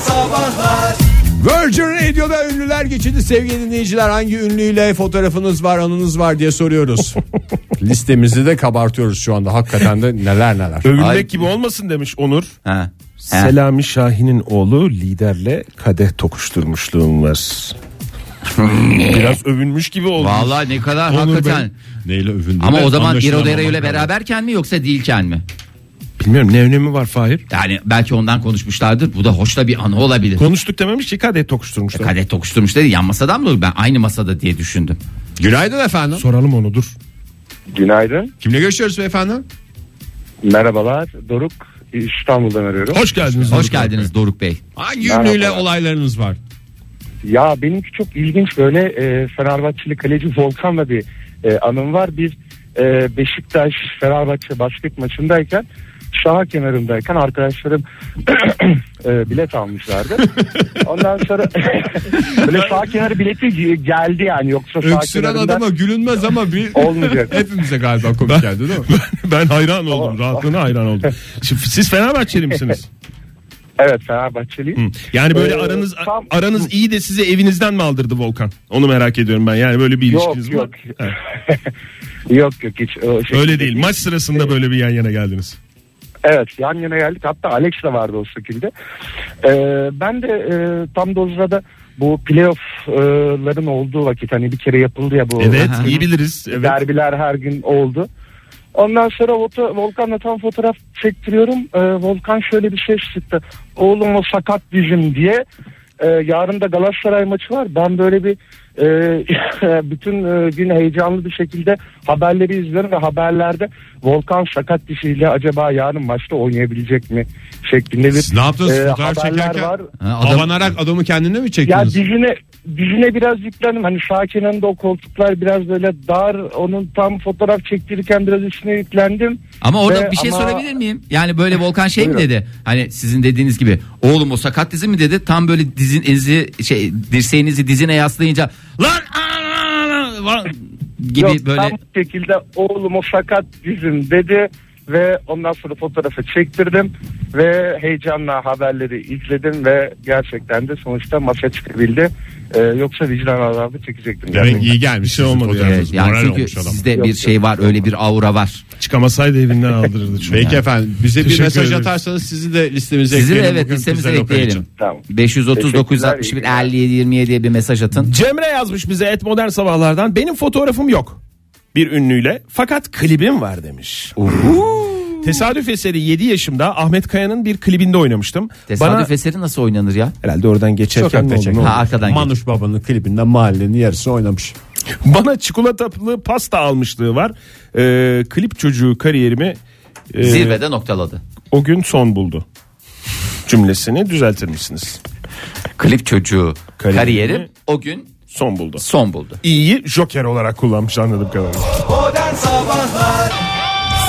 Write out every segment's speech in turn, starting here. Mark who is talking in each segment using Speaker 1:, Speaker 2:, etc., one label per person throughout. Speaker 1: Sabahlar
Speaker 2: Virgin Radio'da ünlüler geçidi sevgili dinleyiciler hangi ünlüyle fotoğrafınız var anınız var diye soruyoruz. Listemizi de kabartıyoruz şu anda hakikaten de neler neler.
Speaker 3: Övünmek
Speaker 4: Ay-
Speaker 3: gibi olmasın demiş Onur.
Speaker 4: Ha. Ha.
Speaker 3: Selami Şahin'in oğlu liderle kadeh tokuşturmuşluğum var. Biraz övünmüş gibi oldu.
Speaker 4: Vallahi ne kadar
Speaker 3: Onur
Speaker 4: hakikaten.
Speaker 5: Neyle övündüğüne
Speaker 4: Ama o zaman
Speaker 5: anlaşılan
Speaker 4: İrodera ile
Speaker 5: olmak lazım.
Speaker 4: beraberken mi yoksa değilken mi?
Speaker 3: Bilmiyorum ne önemi var Fahir.
Speaker 4: Yani belki ondan konuşmuşlardır. Bu da hoşla bir anı olabilir.
Speaker 3: Konuştuk dememiş ki kadeh tokuşturmuşlar.
Speaker 4: Kadet tokuşturmuş dedi. Yan masadan mı? Ben aynı masada diye düşündüm.
Speaker 2: Günaydın efendim.
Speaker 3: Soralım onu dur.
Speaker 6: Günaydın.
Speaker 2: Kimle görüşüyoruz beyefendi?
Speaker 6: Merhabalar. Doruk İstanbul'dan arıyorum.
Speaker 3: Hoş geldiniz.
Speaker 4: Hoş geldiniz Doruk Bey.
Speaker 2: Hangi
Speaker 6: Merhaba.
Speaker 2: ünlüyle olaylarınız var?
Speaker 6: Ya benimki çok ilginç böyle e, Fenerbahçeli kaleci Volkan'la bir e, anım var. Bir e, Beşiktaş Fenerbahçe basket maçındayken şaha kenarındayken arkadaşlarım e, bilet almışlardı. Ondan sonra böyle şaha kenarı bileti ge- geldi yani yoksa şaha
Speaker 2: Öksüren
Speaker 6: kenarından
Speaker 2: adama gülünmez ama bir
Speaker 6: olmayacak.
Speaker 2: hepimize galiba komik geldi değil mi?
Speaker 3: ben hayran oldum. Rahatlığına hayran oldum. Şimdi Siz Fenerbahçeli misiniz?
Speaker 6: Evet Fenerbahçeliyim.
Speaker 3: Hı. Yani böyle
Speaker 6: Ee,
Speaker 3: aranız
Speaker 6: tam-
Speaker 3: aranız iyi de size evinizden mi aldırdı Volkan? Onu merak ediyorum ben. Yani böyle bir ilişkiniz
Speaker 6: Yok yok.
Speaker 3: var. Evet.
Speaker 6: yok yok hiç. o şey şekilde
Speaker 3: Öyle değil. Maç
Speaker 2: Ee,
Speaker 3: sırasında böyle bir yan yana geldiniz.
Speaker 6: Evet yan yana geldik hatta Alex de vardı o şekilde. Ee, ben de e, tam da o sırada bu playoff'ların olduğu vakit hani bir kere yapıldı ya bu
Speaker 3: Evet,
Speaker 4: Aha.
Speaker 3: iyi biliriz. Evet.
Speaker 6: derbiler her gün oldu. Ondan sonra Vol- Volkan'la tam fotoğraf çektiriyorum. Ee, Volkan şöyle bir şey çıktı. Oğlum o sakat bizim diye. Ee, yarın da Galatasaray maçı var. Ben böyle bir e, bütün e, gün heyecanlı bir şekilde haberleri izliyorum ve haberlerde Volkan sakat dişiyle acaba yarın maçta oynayabilecek mi şeklinde bir
Speaker 2: Siz ne yaptınız
Speaker 6: e,
Speaker 2: fotoğraf
Speaker 6: haberler
Speaker 2: çekerken?
Speaker 6: var.
Speaker 4: Ha, adam-
Speaker 2: Avanarak adamı kendine mi
Speaker 6: Ya
Speaker 2: çektiniz?
Speaker 6: dizine dizine biraz yüklendim. Hani sağ kenarında o koltuklar biraz böyle dar. Onun tam fotoğraf çektirirken biraz üstüne yüklendim.
Speaker 4: Ama orada
Speaker 6: Ve
Speaker 4: bir şey
Speaker 6: ama-
Speaker 4: sorabilir miyim? Yani böyle Volkan şey mi
Speaker 6: Buyurun.
Speaker 4: dedi? Hani sizin dediğiniz gibi oğlum o sakat dizi mi dedi? Tam böyle dizinizi şey dirseğinizi dizine yaslayınca lan aa, lan" gibi
Speaker 6: Yok,
Speaker 4: böyle
Speaker 6: Tam bu şekilde oğlum o sakat bizim dedi. Ve ondan sonra fotoğrafı çektirdim. Ve heyecanla haberleri izledim. Ve gerçekten de sonuçta maça çıkabildi. Ee, yoksa vicdan azabı çekecektim.
Speaker 2: Demek iyi gelmiş.
Speaker 3: şey olmadı
Speaker 2: sizin
Speaker 3: yani.
Speaker 4: Evet,
Speaker 2: fotoğrafınız.
Speaker 4: yani
Speaker 2: Moral
Speaker 4: çünkü
Speaker 2: olmuş adam.
Speaker 4: sizde
Speaker 6: Yok,
Speaker 4: bir
Speaker 6: yok.
Speaker 4: şey var öyle bir aura var.
Speaker 3: Çıkamasaydı evinden aldırırdı çünkü.
Speaker 2: Peki efendim bize bir
Speaker 3: Teşekkür
Speaker 2: mesaj
Speaker 3: ederiz.
Speaker 2: atarsanız sizi de listemize
Speaker 4: Sizi de
Speaker 2: ekleyelim.
Speaker 4: evet
Speaker 2: bugün
Speaker 4: listemize
Speaker 2: güzel operatör için.
Speaker 4: ekleyelim.
Speaker 6: Tamam.
Speaker 4: 530 961
Speaker 6: Teşekkürler,
Speaker 4: 57 27 diye bir mesaj atın.
Speaker 3: Cemre yazmış bize et modern sabahlardan. Benim fotoğrafım yok. Bir ünlüyle fakat klibim var demiş. Tesadüf eseri 7 yaşımda Ahmet Kaya'nın bir klibinde oynamıştım.
Speaker 4: Tesadüf
Speaker 3: Bana
Speaker 4: eseri nasıl oynanır ya?
Speaker 3: herhalde oradan geçerken ne oldu, ne oldu?
Speaker 4: Ha arkadan geç.
Speaker 2: Manuş Baba'nın klibinde mahallenin yarısı oynamış.
Speaker 3: Bana çikolatalı pasta almışlığı var. Ee, klip çocuğu kariyerimi e,
Speaker 4: Zirvede noktaladı.
Speaker 3: o gün son buldu. Cümlesini düzeltir misiniz?
Speaker 4: Klip çocuğu
Speaker 3: Kariyerini-
Speaker 4: kariyeri o gün
Speaker 3: Son buldu.
Speaker 4: son buldu.
Speaker 3: İyi joker olarak kullanmış anladığım kadarıyla.
Speaker 1: Modern Sabahlar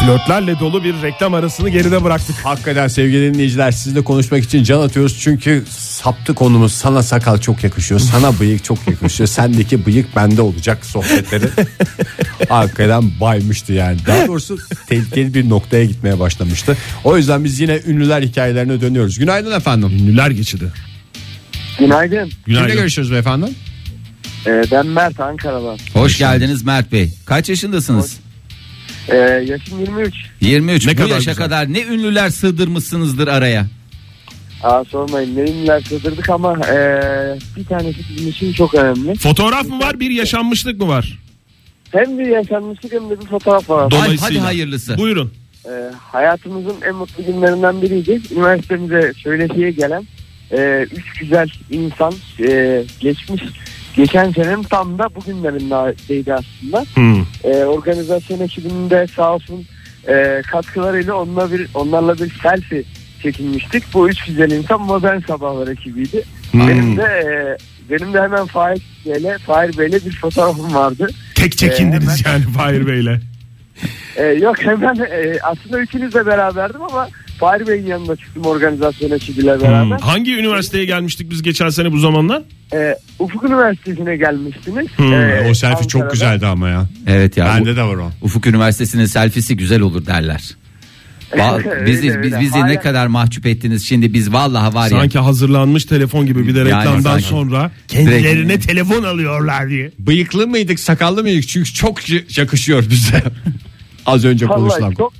Speaker 3: Flörtlerle dolu bir reklam arasını geride bıraktık.
Speaker 2: Hakikaten sevgili dinleyiciler sizinle konuşmak için can atıyoruz. Çünkü saptı konumuz sana sakal çok yakışıyor. Sana bıyık çok yakışıyor. Sendeki bıyık bende olacak sohbetleri. Hakikaten baymıştı yani. Daha doğrusu tehlikeli bir noktaya gitmeye başlamıştı. O yüzden biz yine ünlüler hikayelerine dönüyoruz. Günaydın efendim.
Speaker 3: Ünlüler geçidi.
Speaker 6: Günaydın.
Speaker 2: Kimle görüşürüz beyefendi?
Speaker 6: Ee, ben Mert Ankara'dan.
Speaker 4: Hoş geldiniz Mert Bey. Kaç yaşındasınız?
Speaker 6: Ee, yaşım 23.
Speaker 4: 23.
Speaker 3: Ne
Speaker 4: Bu
Speaker 3: kadar
Speaker 4: yaşa
Speaker 3: güzel.
Speaker 4: kadar ne ünlüler sığdırmışsınızdır araya.
Speaker 6: Aa, sormayın neyimler sığdırdık ama eee, bir tanesi bizim için çok önemli.
Speaker 3: Fotoğraf mı var bir yaşanmışlık mı var?
Speaker 6: Hem bir yaşanmışlık hem de bir fotoğraf var.
Speaker 4: Hadi-
Speaker 3: Dolayısıyla.
Speaker 4: hadi hayırlısı.
Speaker 3: Buyurun.
Speaker 6: Eee, Ee, hayatımızın en mutlu günlerinden biriydi. Üniversitemize söyleşiye gelen eee, üç güzel insan eee, geçmiş geçen senem tam da bugünlerindeydi aslında. Eee, organizasyon ekibinde sağ olsun eee, katkılarıyla onunla bir, onlarla bir selfie çekinmiştik. Bu üç güzel insan modern sabahlar ekibiydi. Benim de eee, benim de hemen Fahir Bey'le, Fahir Bey'le bir fotoğrafım vardı.
Speaker 3: Tek çekindiniz yani Fahir Bey'le.
Speaker 6: Ee, yok hemen e, aslında üçünüzle beraberdim ama Fahri Bey'in yanına çıktım organizasyon ekibiyle
Speaker 3: Hmm.
Speaker 6: beraber.
Speaker 3: Hangi üniversiteye gelmiştik biz geçen sene bu zamanlar?
Speaker 7: E,
Speaker 6: Ee, Ufuk Üniversitesi'ne gelmiştiniz.
Speaker 3: Hmm,
Speaker 6: Ee,
Speaker 2: o selfie
Speaker 6: Ankara'da.
Speaker 2: çok güzeldi ama ya.
Speaker 4: Evet ya. bu-
Speaker 2: Bende de var o.
Speaker 4: Ufuk Üniversitesi'nin selfisi güzel olur derler. Va- bizi
Speaker 7: Öyle,
Speaker 4: biz
Speaker 7: öyle.
Speaker 4: bizi ne
Speaker 7: Hala-
Speaker 4: kadar mahcup ettiniz şimdi biz vallahi var ya.
Speaker 3: Sanki hazırlanmış telefon gibi bir de
Speaker 4: Yani
Speaker 3: reklamdan
Speaker 4: sanki.
Speaker 3: sonra kendilerine telefon alıyorlar diye.
Speaker 2: Bıyıklı mıydık sakallı mıydık? Çünkü çok yakışıyor bize. Az önce konuşulan.
Speaker 7: Vallahi çok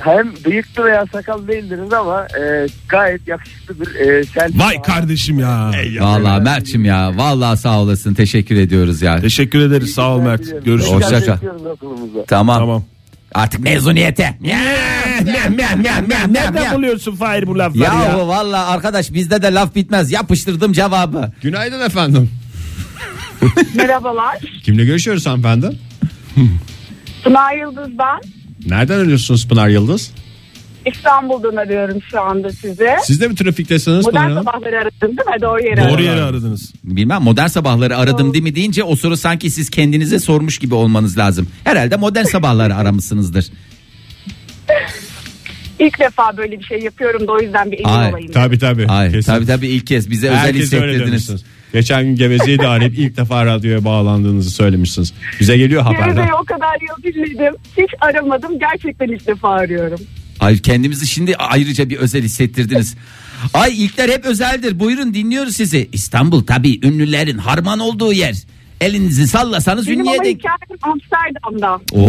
Speaker 7: hem bıyıklı veya sakal değildiniz ama e, gayet yakışıklı bir e, selfie.
Speaker 3: Vay kardeşim ya.
Speaker 4: Vallahi Mert'çim ya. Vallahi sağ olasın. Teşekkür ediyoruz ya.
Speaker 3: Teşekkür ederiz sağ ol Mert. Görüşürüz.
Speaker 4: Hoşça kal. Tamam.
Speaker 3: Tamam.
Speaker 4: Artık mezuniyete.
Speaker 3: Nereden buluyorsun Fahir bu lafları
Speaker 4: Ya,
Speaker 3: ya?
Speaker 4: valla arkadaş bizde de laf bitmez. Yapıştırdım cevabı.
Speaker 2: Günaydın efendim.
Speaker 8: Merhabalar.
Speaker 2: Kimle görüşüyoruz hanımefendi?
Speaker 8: Pınar Yıldız ben.
Speaker 2: Nereden arıyorsunuz Pınar Yıldız?
Speaker 8: İstanbul'dan arıyorum şu anda sizi.
Speaker 2: Siz de mi trafiktesiniz Pınar
Speaker 8: Modern
Speaker 2: Hanım?
Speaker 8: sabahları aradım değil mi? Doğru yere
Speaker 3: Doğru
Speaker 8: aradım.
Speaker 3: yere aradınız.
Speaker 4: Bilmem modern sabahları aradım değil mi deyince o soru sanki siz kendinize sormuş gibi olmanız lazım. Herhalde modern sabahları aramışsınızdır.
Speaker 8: İlk defa böyle bir şey yapıyorum da o yüzden bir emin
Speaker 4: Ay,
Speaker 8: olayım.
Speaker 2: Tabii tabii.
Speaker 4: Hayır
Speaker 2: Kesin.
Speaker 4: tabii tabii ilk kez bize özel
Speaker 2: Herkes öyle
Speaker 4: hissettirdiniz.
Speaker 2: demişsiniz. Geçen gün gevezeyi de arayıp ilk defa radyoya bağlandığınızı söylemişsiniz. Bize geliyor haberler.
Speaker 8: Geveze'yi o kadar yıl dinledim. Hiç aramadım. Gerçekten ilk defa arıyorum.
Speaker 4: Hayır kendimizi şimdi ayrıca bir özel hissettirdiniz. Ay ilkler hep özeldir. Buyurun dinliyoruz sizi. İstanbul tabii ünlülerin harman olduğu yer. Elinizi sallasanız
Speaker 8: Benim
Speaker 4: ünlüye
Speaker 8: ama
Speaker 4: denk-
Speaker 8: hikayem Amsterdam'da.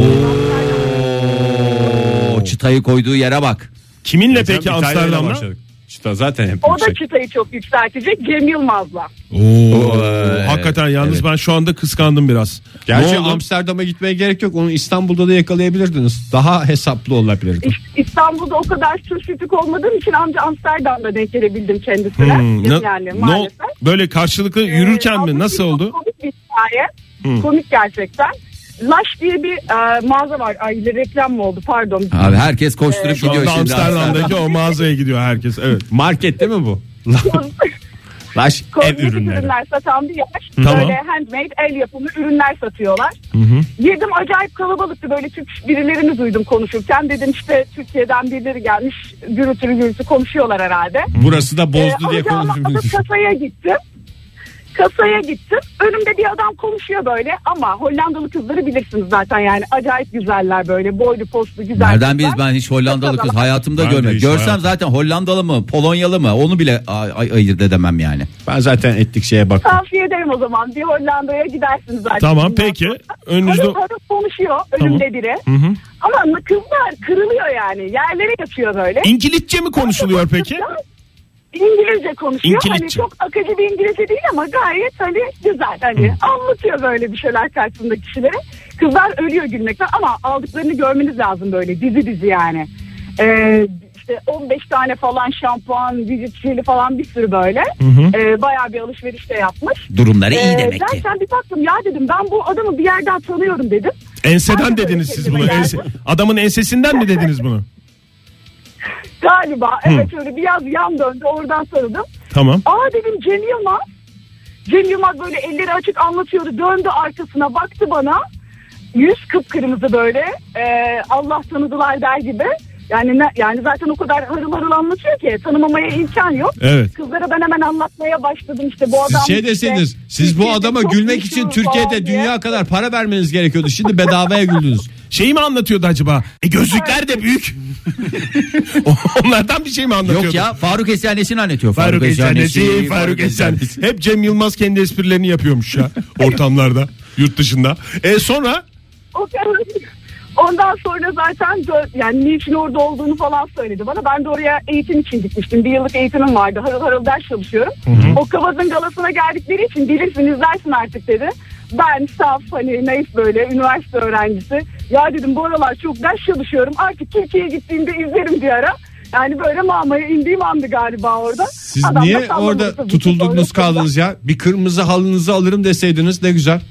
Speaker 4: Oo, çıtayı koyduğu yere bak.
Speaker 3: Kiminle
Speaker 2: Geçen
Speaker 3: peki
Speaker 2: İtalya'yla
Speaker 3: Amsterdam'da?
Speaker 2: başladık. İşte zaten hep
Speaker 8: O da
Speaker 3: şey.
Speaker 2: yüksek.
Speaker 8: çıtayı çok yükseltecek. Cem Yılmaz'la.
Speaker 3: Oo,
Speaker 4: Evet,
Speaker 3: hakikaten yalnız ben şu anda kıskandım biraz.
Speaker 2: e, Gerçi
Speaker 3: Ne oldu?
Speaker 2: Amsterdam'a gitmeye gerek yok. Onu İstanbul'da da yakalayabilirdiniz. Daha hesaplı olabilirdi.
Speaker 8: İs- İstanbul'da o kadar sürçütük olmadığım için anca Amsterdam'da denk gelebildim kendisine.
Speaker 3: Hmm, ne-
Speaker 8: yani
Speaker 3: ne-
Speaker 8: maalesef. Ee,
Speaker 3: böyle karşılıklı yürürken mi? Nasıl oldu? Hmm.
Speaker 8: Komik bir hikaye. Komik gerçekten. Laş diye bir e, mağaza var. Ay reklam mı oldu pardon.
Speaker 4: Abi herkes koşturup
Speaker 3: Şu
Speaker 4: gidiyor
Speaker 3: anda
Speaker 4: şimdi.
Speaker 3: Amsterdam'daki o mağazaya gidiyor herkes. Evet.
Speaker 2: Markette mi bu? Laş ev
Speaker 8: Kozmetik
Speaker 2: ürünleri.
Speaker 8: ürünler satan bir yer.
Speaker 3: Tamam.
Speaker 8: Böyle handmade el yapımı ürünler satıyorlar. Girdim acayip kalabalıktı böyle Türk birilerini duydum konuşurken. Dedim işte Türkiye'den birileri gelmiş gürültülü gürültü konuşuyorlar herhalde.
Speaker 2: Burası da
Speaker 8: Ee,
Speaker 2: bozdu diye
Speaker 8: alacağımı alıp
Speaker 2: konuşuyoruz.
Speaker 8: kasaya gittim. Kasaya gittim. Önümde bir adam konuşuyor böyle ama Hollandalı kızları bilirsiniz zaten yani acayip güzeller böyle boylu postlu güzel.
Speaker 4: Nereden
Speaker 8: kızlar.
Speaker 4: biliriz ben hiç Hollandalı kız hayatımda
Speaker 2: Ben de
Speaker 4: görmedim.
Speaker 2: hiç
Speaker 4: Görsem
Speaker 2: hayatım-
Speaker 4: zaten Hollandalı mı Polonyalı mı onu bile ay- ay- ayırt edemem yani.
Speaker 2: Ben zaten ettik şeye baktım.
Speaker 8: Tavsiye ederim o zaman bir Hollanda'ya gidersiniz zaten.
Speaker 3: Tamam peki. Önünüzde
Speaker 8: Karı karı konuşuyor önümde biri. Ama kızlar kırılıyor yani yerlere yatıyor böyle.
Speaker 3: İngilizce mi konuşuluyor peki?
Speaker 8: Kızlar İngilizce konuşuyor. Hani
Speaker 3: İngilizce.
Speaker 8: çok akıcı bir İngilizce değil ama gayet hani güzel. Hani anlatıyor böyle bir şeyler karşısında kişilere. Kızlar ölüyor gülmekten ama aldıklarını görmeniz lazım böyle dizi dizi yani. Ee, işte 15 tane falan şampuan, vücut jeli falan bir sürü böyle. Ee, bayağı bir alışveriş de yapmış.
Speaker 4: Durumları iyi
Speaker 8: Ee,
Speaker 4: demek ki.
Speaker 8: derken bir baktım ya dedim ben bu adamı bir yerden tanıyorum dedim.
Speaker 3: Enseden dediniz siz bunu. Ense- adamın ensesinden mi dediniz bunu?
Speaker 8: Galiba evet öyle biraz yan döndü oradan tanıdım.
Speaker 3: Tamam.
Speaker 8: Aa dedim Cem Yılmaz. Cem Yılmaz böyle elleri açık anlatıyordu. Döndü arkasına baktı bana. Yüz kıpkırmızı böyle. Ee, Allah tanıdılar der gibi. Yani ne- yani zaten o kadar harıl harıl anlatıyor ki tanımamaya imkan yok.
Speaker 3: Evet.
Speaker 8: Kızlara ben hemen anlatmaya başladım işte bu adam.
Speaker 2: Siz şey
Speaker 8: işte
Speaker 2: deseniz siz bu
Speaker 8: Türkiye'de
Speaker 2: adama
Speaker 8: çok
Speaker 2: gülmek için
Speaker 8: meşhur falan
Speaker 2: Türkiye'de
Speaker 8: diye.
Speaker 2: dünya kadar para vermeniz gerekiyordu. Şimdi bedavaya güldünüz.
Speaker 3: Şeyi mi anlatıyordu acaba? E gözlükler de büyük. Onlardan bir şey mi anlatıyordu?
Speaker 4: Yok ya Faruk Esenesi'ni anlatıyor.
Speaker 3: Faruk Esenesi, Faruk
Speaker 4: Esenesi.
Speaker 3: Esenesi. Hep Cem Yılmaz kendi esprilerini yapıyormuş ya ortamlarda, yurt dışında. E sonra
Speaker 8: O kadar- Ondan sonra zaten dö- yani niçin orada olduğunu falan söyledi bana. Ben de oraya eğitim için gitmiştim. Bir yıllık eğitimim vardı. Harıl harıl ders çalışıyorum. O kavazın galasına geldikleri için bilirsin izlersin artık dedi. Ben saf hani naif böyle üniversite öğrencisi. Ya dedim bu aralar çok ders çalışıyorum. Artık Türkiye'ye gittiğimde izlerim diye ara. Yani böyle mamaya indiğim andı galiba orada.
Speaker 2: Siz
Speaker 8: Adam da şey
Speaker 2: niye
Speaker 8: salladı
Speaker 2: orada
Speaker 8: tabii ki.
Speaker 2: tutuldunuz
Speaker 8: Sonra-
Speaker 2: kaldınız ya? Bir kırmızı halınızı alırım deseydiniz ne güzel.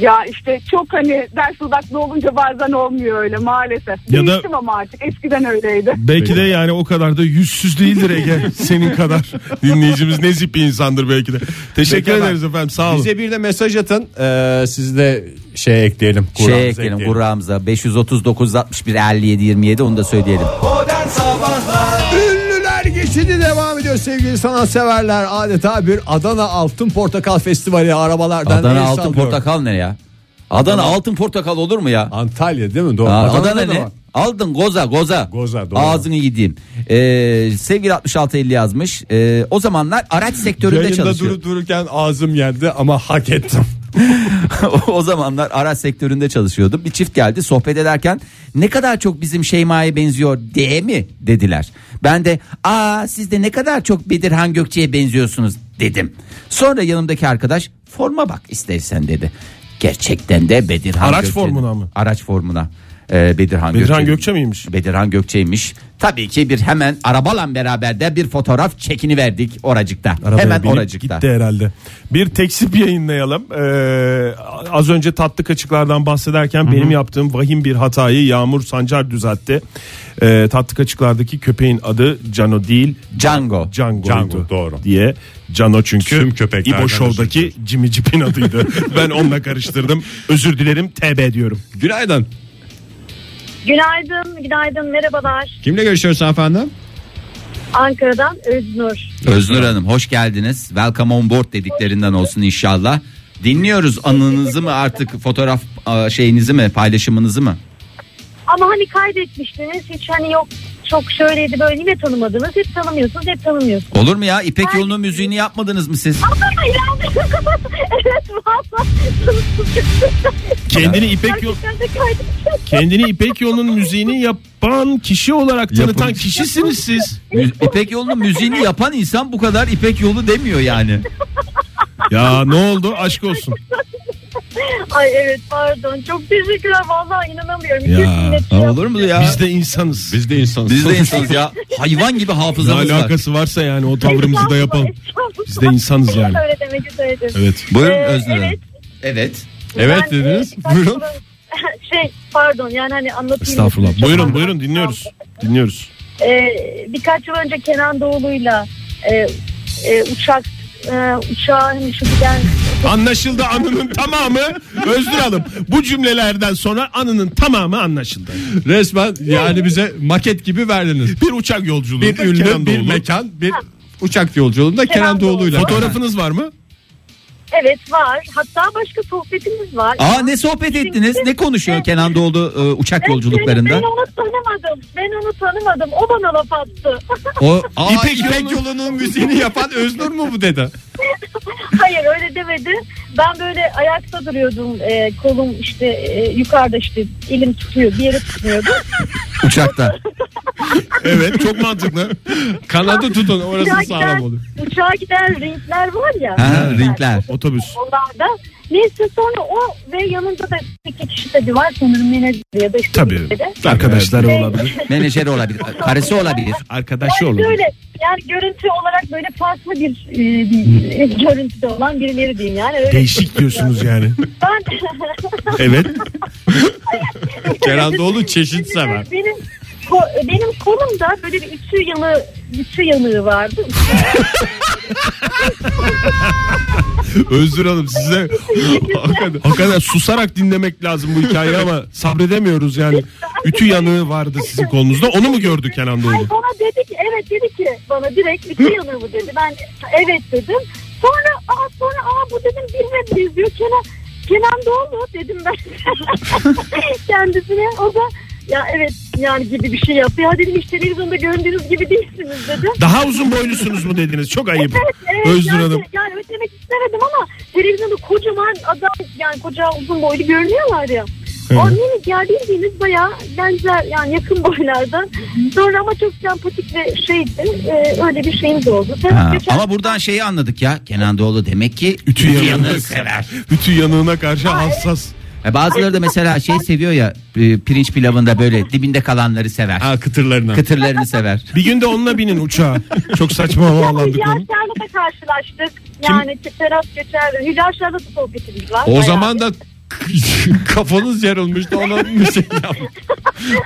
Speaker 8: Ya işte çok hani ders odaklı olunca bazen olmuyor öyle maalesef.
Speaker 3: Ya da-
Speaker 8: Değiştim ama artık eskiden öyleydi.
Speaker 3: belki de yani o kadar da yüzsüz değildir Ege. Senin kadar dinleyicimiz nezih bir insandır belki de. Teşekkür
Speaker 2: Peki,
Speaker 3: ederiz efendim sağ olun.
Speaker 2: Bize bir de mesaj atın. Ee, siz de şey ekleyelim.
Speaker 4: Şey
Speaker 2: kurağımıza
Speaker 4: ekleyelim Kur'an'ımıza 539 61 57 27 onu da söyleyelim.
Speaker 9: Modern Sabahlar
Speaker 2: Ünlüler geçidi devam ediyor sevgili sanatseverler. Adeta bir Adana Altın Portakal Festivali arabalardan.
Speaker 4: Adana
Speaker 2: el
Speaker 4: altın
Speaker 2: sallıyor.
Speaker 4: portakal ne ya? Adana altın portakal olur mu ya?
Speaker 2: Antalya değil mi? Doğru.
Speaker 4: Aa,
Speaker 2: Adana'da
Speaker 4: Adana
Speaker 2: da
Speaker 4: ne?
Speaker 2: var.
Speaker 4: Aldın goza goza.
Speaker 2: Goza, doğru.
Speaker 4: Ağzını yediğim. Ee, sevgili 6650 yazmış. Ee, o zamanlar araç sektöründe
Speaker 2: Yayında
Speaker 4: çalışıyor.
Speaker 2: duru dururken ağzım yendi ama hak ettim.
Speaker 4: o zamanlar araç sektöründe çalışıyordum. Bir çift geldi sohbet ederken ne kadar çok bizim Şeyma'ya benziyor diye mi dediler. Ben de aa siz de ne kadar çok Bedirhan Gökçe'ye benziyorsunuz dedim. Sonra yanımdaki arkadaş forma bak istersen dedi. Gerçekten de Bedirhan
Speaker 3: Araç
Speaker 4: Gökçe'nin-
Speaker 3: formuna mı?
Speaker 4: Araç formuna. Ee, Bedirhan,
Speaker 3: Bedirhan Gökçe miymiş?
Speaker 4: Bedirhan Gökçe'ymiş. Tabii ki bir hemen arabalan beraber de bir fotoğraf çekini verdik oracıkta.
Speaker 3: Arabaya
Speaker 4: hemen
Speaker 3: binip
Speaker 4: oracıkta.
Speaker 3: Gitti herhalde. Bir teksip yayınlayalım. Ee, az önce tatlı kaçıklardan bahsederken benim yaptığım vahim bir hatayı Yağmur Sancar düzeltti. Ee, tatlı kaçıklardaki köpeğin adı Cano değil
Speaker 4: Django.
Speaker 3: Django,
Speaker 2: Django, doğru.
Speaker 3: diye. Cano çünkü
Speaker 2: Tüm köpeklerden
Speaker 3: İbo Show'daki Jimmy Jeep'in adıydı. ben onunla karıştırdım. Özür dilerim TB diyorum.
Speaker 2: Günaydın.
Speaker 10: Günaydın, günaydın, merhabalar.
Speaker 2: Kimle görüşüyoruz efendim?
Speaker 10: Ankara'dan Öznur.
Speaker 4: Öznur Hanım hoş geldiniz. Welcome on board dediklerinden olsun inşallah. Dinliyoruz anınızı mı artık fotoğraf a, şeyinizi mi paylaşımınızı mı?
Speaker 10: Ama hani kaydetmiştiniz, hiç hani yok çok şöyleydi böyle mi tanımadınız, hep tanımıyorsunuz, hep tanımıyorsunuz.
Speaker 4: Olur mu ya İpek yolunun müziğini yapmadınız mı siz?
Speaker 10: Ama inanmıyorum. evet valla.
Speaker 3: Kendini İpek yol
Speaker 10: Gerçekten de kaydetmişim.
Speaker 3: kendini İpek yolunun müziğini yapan kişi olarak tanıtan kişisiniz siz.
Speaker 4: Mü- İpek yolunun müziğini yapan insan bu kadar İpek yolu demiyor yani.
Speaker 3: Ya ne oldu? Aşk olsun.
Speaker 10: Ay evet pardon, çok teşekkürler valla inanamıyorum. İki
Speaker 4: Ha,
Speaker 10: millet-
Speaker 4: Olur mu ya?
Speaker 3: Biz de insanız.
Speaker 2: Biz de insanız.
Speaker 4: Biz de insanız ya. Hayvan gibi
Speaker 3: Ne
Speaker 4: hafızamız var.
Speaker 3: alakası varsa yani o tavrımızı da yapalım.
Speaker 10: Estağfurullah,
Speaker 3: Biz de insanız yani.
Speaker 10: Öyle demek istedim.
Speaker 3: Evet.
Speaker 4: Buyurun
Speaker 10: Ee,
Speaker 4: Öznur Hanım.
Speaker 10: evet.
Speaker 4: Evet.
Speaker 2: Evet
Speaker 10: Ben, e,
Speaker 2: dediniz.
Speaker 10: birkaç
Speaker 2: Buyurun.
Speaker 10: soru- Şey pardon yani hani anlatayım.
Speaker 3: Estağfurullah.
Speaker 10: Çok
Speaker 3: Buyurun
Speaker 10: anlatayım.
Speaker 3: buyurun dinliyoruz. Dinliyoruz.
Speaker 10: Ee, birkaç yıl önce Kenan Doğulu'yla e, e, uçak e, uçağa hani şu giden
Speaker 3: Anlaşıldı anının tamamı Özgür Hanım. Bu cümlelerden sonra anının tamamı anlaşıldı.
Speaker 2: Resmen yani bize maket gibi verdiniz.
Speaker 3: Bir uçak yolculuğu.
Speaker 2: Bir ünlü,
Speaker 3: Kenan
Speaker 2: bir
Speaker 3: Doğulu.
Speaker 2: mekan, bir uçak yolculuğunda Kenan,
Speaker 10: Kenan
Speaker 2: Doğulu'yla.
Speaker 3: Fotoğrafınız var mı?
Speaker 10: evet var. Hatta başka sohbetimiz var.
Speaker 4: Aa ne sohbet ettiniz? Ne konuşuyor Kenan Doğulu e, uçak
Speaker 10: Ben,
Speaker 4: yolculuklarında?
Speaker 10: ben onu tanımadım. Ben onu tanımadım. O bana laf attı.
Speaker 4: O Aa,
Speaker 2: İpek, İpek yolunun müziğini yapan Öznur mu bu dedi?
Speaker 10: Hayır öyle demedi. Ben böyle ayakta duruyordum. E, kolum işte e, yukarıda işte elim tutuyor. Bir yere tutmuyordu.
Speaker 4: uçakta.
Speaker 2: Evet çok mantıklı. Kanadı tutun orası sağlam olur.
Speaker 10: uçağa giden ringler var ya.
Speaker 4: Ha, renkler.
Speaker 3: Otobüs.
Speaker 10: onlarda. Neyse sonra o ve yanında da iki kişi tabii var sanırım menajer ya da işte
Speaker 3: Tabii.
Speaker 10: birisi de.
Speaker 3: Arkadaşları
Speaker 10: Evet.
Speaker 3: olabilir.
Speaker 4: Menajeri olabilir. Karısı olabilir.
Speaker 3: Arkadaşı
Speaker 10: Yani
Speaker 3: olabilir.
Speaker 10: böyle yani görüntü olarak böyle farklı bir, e, bir görüntüde olan birileri diyeyim yani. Öyle
Speaker 3: Değişik diyorsunuz yani.
Speaker 10: Ben
Speaker 3: Evet.
Speaker 2: Kenan Doğulu çeşit sever.
Speaker 10: benim ko- benim kolumda böyle bir ütü yanı ütü yanığı vardı.
Speaker 3: Özgür Hanım size hakikaten, hakikaten susarak dinlemek lazım bu hikayeyi ama sabredemiyoruz yani. Ütü yanığı vardı sizin kolunuzda. Onu mu gördü Kenan
Speaker 10: Ay
Speaker 3: Doğulu?
Speaker 10: bana dedi ki evet dedi ki bana direkt ütü yanığı mı dedi. Ben evet dedim. Sonra aa sonra aa bu dedim birine benziyor. Kenan Kenan Doğulu dedim ben. Kendisine o da ya evet yani gibi bir şey yaptı. Ya dedim hiç televizyonda göründüğünüz gibi değilsiniz dedim.
Speaker 3: Daha uzun boylusunuz mu dediniz? Çok ayıp.
Speaker 10: Evet, evet,
Speaker 3: Özgür
Speaker 10: yani,
Speaker 3: Hanım.
Speaker 10: Yani ötlemek istemedim ama televizyonda kocaman adam yani koca uzun boylu görünüyorlar ya. O yeni geldiğimiz bayağı benzer yani yakın boylardan. Sonra ama çok sempatik ve şeydi. e, öyle bir şeyimiz oldu. Tabii
Speaker 4: Ha,
Speaker 10: geçen-
Speaker 4: ama buradan şeyi anladık ya. Kenan Doğulu demek ki ütü
Speaker 3: yanığı
Speaker 4: yanığı sever.
Speaker 3: Ütü yanığına karşı hassas.
Speaker 4: E, Bazıları da mesela şey seviyor ya e, pirinç pilavında böyle dibinde kalanları sever.
Speaker 2: Ha kıtırlarına.
Speaker 4: Kıtırlarını sever.
Speaker 3: Bir gün de onunla binin uçağa. Çok saçma
Speaker 10: Yani
Speaker 3: havalandık onu.
Speaker 10: Hülya'yla da karşılaştık. Yani teras geçer. Hülya'yla da sohbetimiz var.
Speaker 2: O
Speaker 10: Bayağı.
Speaker 2: zaman da kafanız yarılmıştı ona müzik yaptım.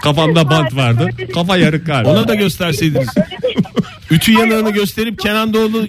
Speaker 2: Kafamda bant vardı. Kafa yarık galiba.
Speaker 3: Ona da gösterseydiniz. Ütü yanığını gösterip Kenan Doğulu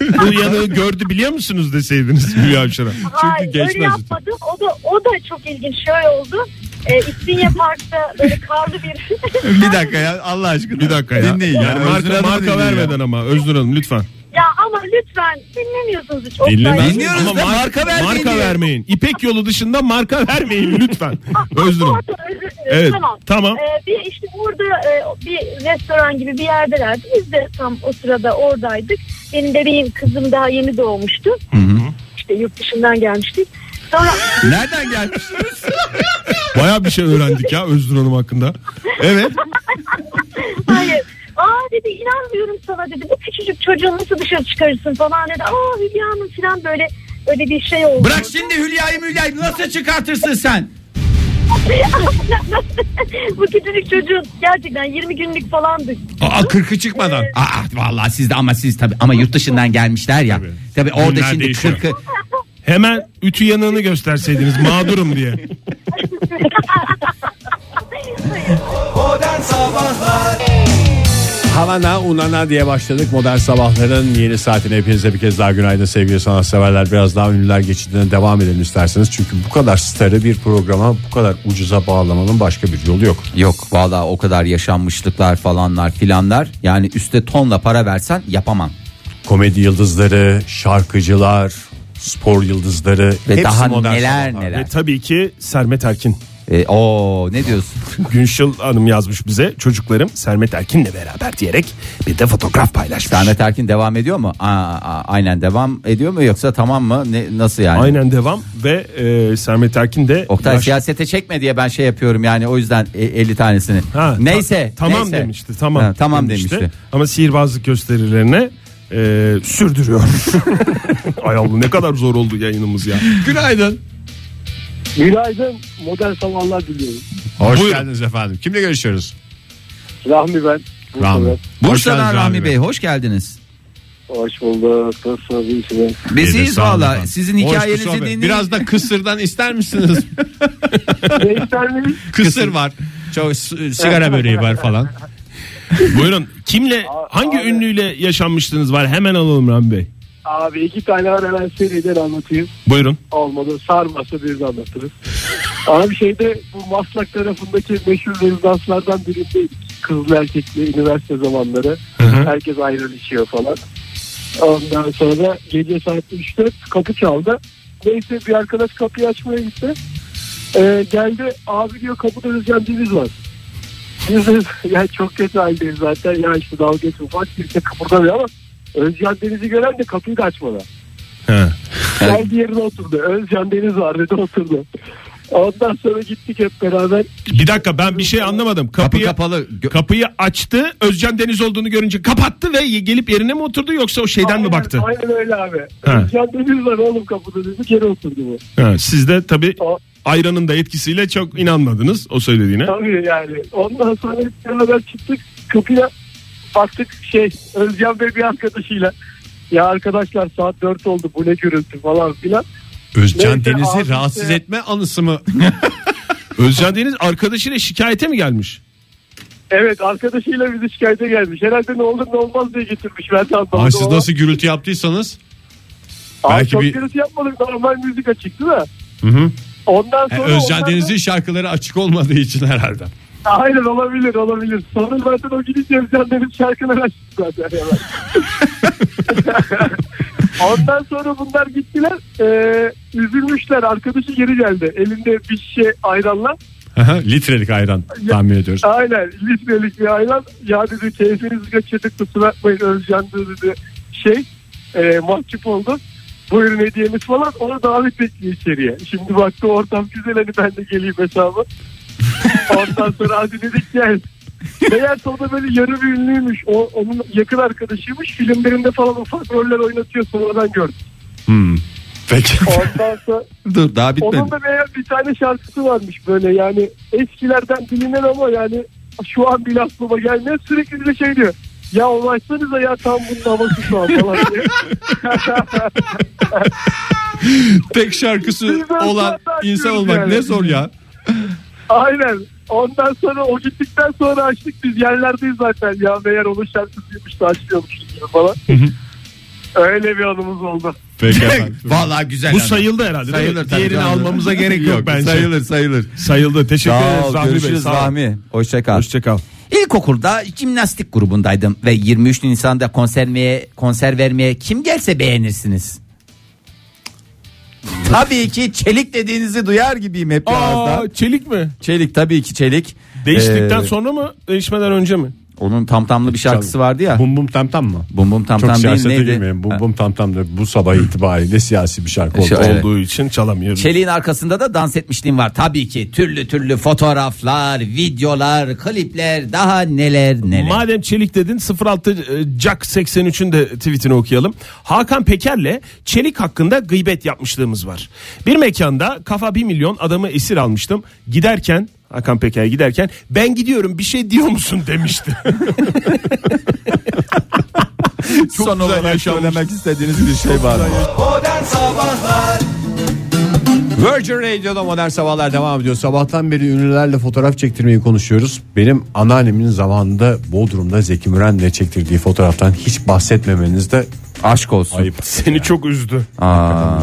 Speaker 3: bu yanığı gördü biliyor musunuz deseydiniz Hülya Avşar'a.
Speaker 10: Hayır,
Speaker 2: geçmez
Speaker 10: öyle
Speaker 2: zaten.
Speaker 10: yapmadım. O da o da çok ilginç şöyle oldu. E, İstinye Park'ta böyle karlı bir
Speaker 2: bir dakika ya Allah aşkına.
Speaker 3: Bir dakika ya.
Speaker 2: Dinleyin
Speaker 3: yani
Speaker 2: ya. Özür
Speaker 3: marka,
Speaker 2: Hanım'ı
Speaker 3: marka
Speaker 2: dinleyin
Speaker 3: vermeden
Speaker 2: ya.
Speaker 3: ama Özgür Hanım lütfen.
Speaker 10: Ya ama lütfen dinlemiyorsunuz hiç. Oktay.
Speaker 3: Dinlemeyin.
Speaker 4: Dinliyoruz
Speaker 3: Ama
Speaker 4: da
Speaker 3: mar-
Speaker 4: marka vermeyin
Speaker 3: Marka
Speaker 4: diyor.
Speaker 3: vermeyin. İpek yolu dışında marka vermeyin lütfen. Özür Hanım.
Speaker 10: Pardon, özür dilerim. diyorum.
Speaker 3: Evet,
Speaker 10: Tamam.
Speaker 3: tamam.
Speaker 10: Ee, bir işte orada e, bir restoran gibi bir yerdelerdi. Biz de tam o sırada oradaydık. Benim bebeğim kızım daha yeni doğmuştu. İşte yurt dışından gelmiştik. Sonra
Speaker 4: Nereden gelmiş?
Speaker 3: Baya bir şey öğrendik ya Özgür Hanım hakkında. Evet.
Speaker 10: hayır. Aa dedi inanmıyorum sana dedi. Bu küçücük çocuğu nasıl dışarı çıkarırsın falan dedi. Aa Hülya Hanım falan böyle öyle bir şey oldu.
Speaker 4: Bırak şimdi Hülya'yı Hülya'yı nasıl çıkartırsın sen?
Speaker 10: Bu küçücük çocuğun gerçekten 20 günlük falandı.
Speaker 4: Aa kırkı çıkmadan. Aa vallahi siz de ama siz tabii ama yurt dışından gelmişler ya. Tabii, orada
Speaker 3: Günler
Speaker 4: şimdi
Speaker 3: değişiyor.
Speaker 4: kırkı.
Speaker 3: Hemen ütü yanığını gösterseydiniz mağdurum diye.
Speaker 9: Modern Sabahlar
Speaker 2: Havana Unana diye başladık modern sabahların yeni saatine hepinize bir kez daha günaydın sevgili sanatseverler biraz daha ünlüler geçidine devam edelim isterseniz çünkü bu kadar starı bir programa bu kadar ucuza bağlamanın başka bir yolu yok.
Speaker 4: Yok vallahi o kadar yaşanmışlıklar falanlar filanlar. Yani üste tonla para versen yapamam.
Speaker 2: Komedi yıldızları, şarkıcılar, spor yıldızları
Speaker 4: Ve
Speaker 2: hepsi
Speaker 4: daha
Speaker 2: modern
Speaker 4: neler
Speaker 2: sabahlar.
Speaker 3: Ve
Speaker 4: neler.
Speaker 3: tabii ki Sermet Erkin.
Speaker 4: E, oo ne diyorsun?
Speaker 3: Günşil Hanım yazmış bize çocuklarım Sermet Erkin'le beraber diyerek bir de fotoğraf paylaşmış.
Speaker 4: Ahmet Erkin devam ediyor mu? Aa, aa, aynen devam ediyor mu yoksa tamam mı? Ne, nasıl yani?
Speaker 3: Aynen devam ve e, Sermet Erkin de
Speaker 4: Oktay
Speaker 3: yaş-
Speaker 4: siyasete çekme diye ben şey yapıyorum yani o yüzden e- 50 tanesini.
Speaker 3: Ha, ta-
Speaker 4: neyse.
Speaker 3: tamam
Speaker 4: neyse.
Speaker 3: demişti tamam
Speaker 4: Ha, tamam demişti.
Speaker 3: Ama sihirbazlık gösterilerine e, sürdürüyor. Ay Allah ne kadar zor oldu yayınımız ya.
Speaker 2: Günaydın.
Speaker 7: Günaydın. Modern sabahlar diliyorum.
Speaker 2: Hoş
Speaker 3: Buyurun.
Speaker 2: geldiniz efendim. Kimle görüşüyoruz?
Speaker 7: Rahmi ben.
Speaker 2: Rami.
Speaker 4: Bursa'dan Rami Bey hoş geldiniz.
Speaker 7: Hoş bulduk. Nasılsınız? İyisiniz.
Speaker 4: Biz iyiyiz valla. Sizin hikayenizi dinleyelim.
Speaker 2: Biraz da kısırdan ister misiniz?
Speaker 7: Ne isterdiniz?
Speaker 2: Kısır var. Çok s- Ee, sigara böreği var falan.
Speaker 3: Buyurun kimle hangi
Speaker 7: abi-
Speaker 3: ünlüyle yaşanmışlığınız var hemen alalım Rami Bey.
Speaker 7: Abi iki tane var hemen seriden anlatayım.
Speaker 3: Buyurun.
Speaker 7: Olmadı sarmasa bir de anlatırız. Abi şeyde bu Maslak tarafındaki meşhur rezidanslardan birindeydik. Kızlı erkekli üniversite zamanları. Herkes ayran içiyor falan. Ondan sonra gece saat 3'te kapı çaldı. Neyse bir arkadaş kapıyı açmaya gitti. Ee, geldi abi diyor kapıda Özcan Deniz var. Deniz yani çok kötü haldeyiz zaten. Ya işte dalga geçme falan kimse kıpırdamıyor ama Özcan Deniz'i gören de kapıyı da açmadı. Geldi yerine oturdu. Özcan Deniz var dedi oturdu. Ondan sonra gittik hep beraber.
Speaker 3: Bir dakika ben bir şey anlamadım.
Speaker 4: Kapı
Speaker 3: Kapıyı,
Speaker 4: kapalı. Gö-
Speaker 3: kapıyı açtı Özcan Deniz olduğunu görünce kapattı ve gelip yerine mi oturdu yoksa o şeyden mi
Speaker 7: Aynen-
Speaker 3: baktı?
Speaker 7: Aynen öyle abi.
Speaker 3: He.
Speaker 7: Özcan Deniz var oğlum kapıda dedi. Geri oturdu bu.
Speaker 3: Ha, siz de tabii
Speaker 7: O-
Speaker 3: ayranın da etkisiyle çok inanmadınız o söylediğine.
Speaker 7: Tabii yani. Ondan sonra hep beraber çıktık. Kapıya baktık şey Özcan Bey bir arkadaşıyla. Ya arkadaşlar saat 4 oldu bu ne gürültü falan filan.
Speaker 2: Özcan
Speaker 7: Neyse,
Speaker 2: Deniz'i
Speaker 7: abi
Speaker 2: rahatsız
Speaker 3: şey-
Speaker 7: işte-
Speaker 2: etme anısı mı?
Speaker 3: Özcan Deniz arkadaşıyla şikayete mi gelmiş?
Speaker 7: Evet arkadaşıyla bizi şikayete gelmiş. Herhalde ne olur ne olmaz diye getirmiş. Ben de anlamadım.
Speaker 2: Aa, siz
Speaker 7: ama-
Speaker 2: nasıl gürültü yaptıysanız
Speaker 7: Abi
Speaker 2: belki
Speaker 7: çok
Speaker 2: bir-
Speaker 7: gürültü yapmadık. Normal müzik açık değil mi? Ondan
Speaker 2: e,
Speaker 7: sonra
Speaker 2: Özcan
Speaker 7: onlar da-
Speaker 2: Deniz'in şarkıları açık olmadığı için herhalde.
Speaker 7: Aynen olabilir olabilir. Sonra zaten o gidince Özcan Deniz şarkıları açtı zaten hemen. Ondan sonra bunlar gittiler. Ee, üzülmüşler. Arkadaşı geri geldi. Elinde bir şişe ayranla.
Speaker 2: Aha, Litrelik ayran tahmin ediyoruz.
Speaker 7: Aynen. Litrelik bir ayran. Ya dedi keyfinizi kaçırdık kusura bakmayın Özcan dedi. Şey ee, mahcup oldu. Buyurun hediyemiz falan. Ona davet bekliyor içeriye. Şimdi baktı ortam güzel hani ben de geleyim hesabı. Ondan sonra hadi dedik gel. Meğerse o da böyle yarı bir ünlüymüş. O, onun yakın arkadaşıymış. Filmlerinde falan ufak roller oynatıyor sonradan gördüm.
Speaker 2: Peki.
Speaker 7: Ondan sonra
Speaker 4: Dur daha
Speaker 7: onun
Speaker 4: bitmedi.
Speaker 7: da meğer bir tane şarkısı varmış böyle yani eskilerden bilinen ama yani şu an bile aklıma gelmiyor. Sürekli bize şey diyor. Ya ulaşsanıza ya tam bunun havası şu an falan diye.
Speaker 2: Tek şarkısı
Speaker 7: Biz de
Speaker 2: olan
Speaker 7: zaten
Speaker 2: insan
Speaker 7: gülüyoruz
Speaker 2: olmak
Speaker 7: yani.
Speaker 2: ne zor ya.
Speaker 7: Aynen. Ondan sonra o gittikten sonra açtık biz yerlerdeyiz zaten. Ya meğer onun şarkısıymış da açmıyormuşuz gibi falan. Öyle bir anımız oldu.
Speaker 2: Peki efendim.
Speaker 4: Vallahi güzel.
Speaker 3: Bu
Speaker 4: adam.
Speaker 3: sayıldı herhalde. değil mi?
Speaker 4: Sayılır tabii
Speaker 3: Diğerini
Speaker 4: canım.
Speaker 3: almamıza gerek yok,
Speaker 2: şey-
Speaker 3: bence.
Speaker 4: Sayılır sayılır.
Speaker 3: Sayıldı. Teşekkür
Speaker 4: Sağ
Speaker 3: ederiz
Speaker 4: ol,
Speaker 3: Rahmi Bey.
Speaker 4: görüşürüz
Speaker 3: Sağ ol.
Speaker 4: Rahmi. Hoşça kal.
Speaker 3: Hoşça kal.
Speaker 4: İlkokulda jimnastik grubundaydım ve 23 Nisan'da konser, vermeye- konser vermeye kim gelse beğenirsiniz. Tabii ki çelik dediğinizi duyar gibiyim hep
Speaker 3: Aa,
Speaker 4: birazdan.
Speaker 3: çelik mi?
Speaker 4: Çelik tabii ki çelik.
Speaker 3: Değiştikten
Speaker 4: Ee,
Speaker 3: sonra mı değişmeden önce mi?
Speaker 4: Onun tam tamlı bir şarkısı vardı ya.
Speaker 2: Bum bum tam tam mı?
Speaker 4: Bum bum tam
Speaker 2: Çok
Speaker 4: tam değil
Speaker 2: siyasete
Speaker 4: neydi?
Speaker 2: girmeyin. Bum bum tam tam da bu sabah itibariyle siyasi bir şarkı oldu.
Speaker 4: Şey- Evet.
Speaker 3: Olduğu için çalamıyorum.
Speaker 4: Çeliğin arkasında da dans etmişliğim var. Tabii ki türlü türlü fotoğraflar, videolar, klipler daha neler neler.
Speaker 3: Madem Çelik dedin 06 e, Jack 83'ün de tweetini okuyalım. Hakan Peker'le Çelik hakkında gıybet yapmışlığımız var. Bir mekanda kafa 1 milyon adamı esir almıştım. Giderken Hakan Peker giderken ben gidiyorum bir şey diyor musun demişti.
Speaker 4: Son olarak söylemek istediğiniz bir şey var mı?
Speaker 9: Modern Sabahlar
Speaker 2: Virgin Radio'da modern sabahlar devam ediyor. Sabahtan beri ünlülerle fotoğraf çektirmeyi konuşuyoruz. Benim anneannemin zamanında Bodrum'da Zeki Müren'le çektirdiği fotoğraftan hiç bahsetmemeniz de
Speaker 4: Aşk olsun.
Speaker 2: ayıp.
Speaker 3: Seni çok üzdü.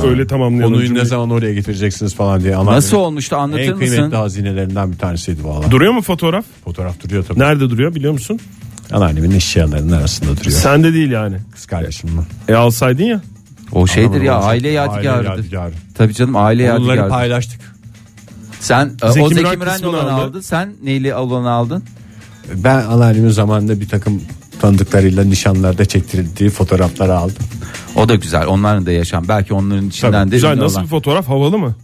Speaker 3: Öyle tamamlayalım.
Speaker 2: Konuyu ne
Speaker 3: cümleyi.
Speaker 2: zaman oraya getireceksiniz falan diye. anneannemin
Speaker 4: Nasıl olmuştu anlatır
Speaker 2: En
Speaker 4: mısın?
Speaker 2: kıymetli hazinelerinden bir tanesiydi valla.
Speaker 3: Duruyor mu fotoğraf?
Speaker 2: Fotoğraf duruyor tabii.
Speaker 3: Nerede duruyor biliyor musun?
Speaker 2: Anneannemin eşyalarının arasında duruyor.
Speaker 3: Sende değil yani.
Speaker 2: Kız kardeşimle.
Speaker 3: E alsaydın ya.
Speaker 4: O şeydir ya aile
Speaker 2: Aile
Speaker 4: yadigarıdır.
Speaker 2: yadigarı.
Speaker 4: Tabii canım aile
Speaker 2: Onları
Speaker 4: yadigarıdır.
Speaker 2: paylaştık.
Speaker 4: Sen e,
Speaker 3: Zeki
Speaker 4: o
Speaker 3: Müren
Speaker 4: Zeki Müren'le
Speaker 3: kısmını
Speaker 4: olanı
Speaker 3: aldı.
Speaker 4: aldın. Sen neyle olanı aldın?
Speaker 2: Ben anneannemin zamanında bir takım tanıdıklarıyla nişanlarda çektirildiği fotoğrafları aldım.
Speaker 4: O da güzel. Onların da yaşam. Belki onların içinden
Speaker 3: Tabii.
Speaker 4: de
Speaker 3: Güzel
Speaker 4: ünlü
Speaker 3: nasıl
Speaker 4: olan.
Speaker 3: bir fotoğraf havalı mı?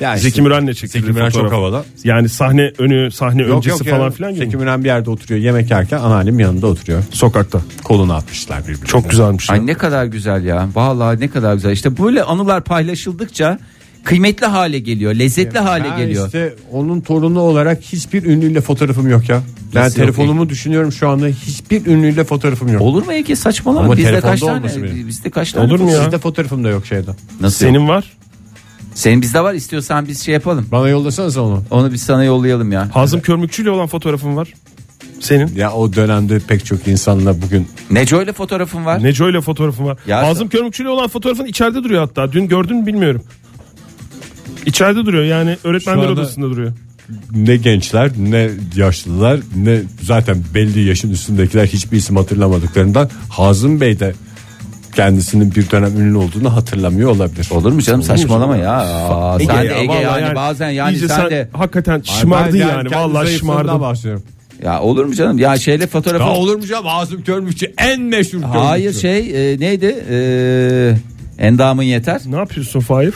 Speaker 2: Ya işte-
Speaker 3: Zeki Müren'le çekildi
Speaker 2: Zeki Müren çok
Speaker 3: fotoğraf.
Speaker 2: havada.
Speaker 3: Yani sahne önü, sahne
Speaker 2: Yok,
Speaker 3: öncesi
Speaker 2: yok ya.
Speaker 3: falan filan gibi.
Speaker 2: Zeki
Speaker 3: mi?
Speaker 2: Müren bir yerde oturuyor yemek yerken anneannem yanında oturuyor.
Speaker 3: Sokakta.
Speaker 2: Kolunu atmışlar birbirine.
Speaker 3: Çok güzelmiş. ya.
Speaker 4: Ay ne kadar güzel ya. Vallahi ne kadar güzel. İşte böyle anılar paylaşıldıkça kıymetli hale geliyor. Lezzetli hale
Speaker 2: Ben
Speaker 4: geliyor.
Speaker 2: işte onun torunu olarak hiçbir ünlüyle fotoğrafım yok ya. Ben
Speaker 4: Nasıl yok
Speaker 2: telefonumu düşünüyorum şu anda hiçbir ünlüyle fotoğrafım yok.
Speaker 4: Olur mu Ege saçmalama.
Speaker 2: Ama
Speaker 4: bizde
Speaker 2: telefonda
Speaker 4: kaç tane?
Speaker 2: olması bile.
Speaker 4: Bizde kaç tane?
Speaker 3: Olur mu ya?
Speaker 2: Sizde fotoğrafım da yok şeyde.
Speaker 4: Nasıl Senin...
Speaker 3: Senin var.
Speaker 4: Senin bizde var. İstiyorsan biz şey yapalım.
Speaker 2: Bana yollasanız onu.
Speaker 4: Onu biz sana yollayalım ya.
Speaker 3: Hazım Körmükçü ile olan fotoğrafın var. Senin.
Speaker 2: Ya o dönemde pek çok insanla bugün
Speaker 4: Neco ile fotoğrafın var.
Speaker 3: Neco ile fotoğrafın var.
Speaker 4: Ya-
Speaker 3: Hazım Körmükçü ile olan fotoğrafın içeride duruyor hatta. Dün gördün mü bilmiyorum. İçeride duruyor yani öğretmenler
Speaker 2: Şu anda-
Speaker 3: odasında duruyor.
Speaker 2: ne gençler ne yaşlılar ne zaten belli yaşın üstündekiler hiçbir isim hatırlamadıklarından Hazım Bey de kendisinin bir dönem ünlü olduğunu hatırlamıyor olabilir.
Speaker 4: Olur mu canım saçmalama ya. Aa, sen
Speaker 3: Ya
Speaker 4: de Ege
Speaker 3: vallahi
Speaker 4: yani, bazen yani
Speaker 3: iyice
Speaker 4: sen, de
Speaker 3: hakikaten
Speaker 2: Ay, ben
Speaker 3: şımardı yani
Speaker 2: kendi
Speaker 3: vallahi
Speaker 2: zayıflığımdan
Speaker 3: şımardı.
Speaker 2: bahsediyorum.
Speaker 4: ya olur mu canım ya şeyle fotoğrafı
Speaker 2: Ya olur mu canım Hazım Körmükçü en meşhur Körmükçü.
Speaker 4: Hayır şey e, neydi? E, endamın yeter.
Speaker 3: Ne yapıyorsun Fahir?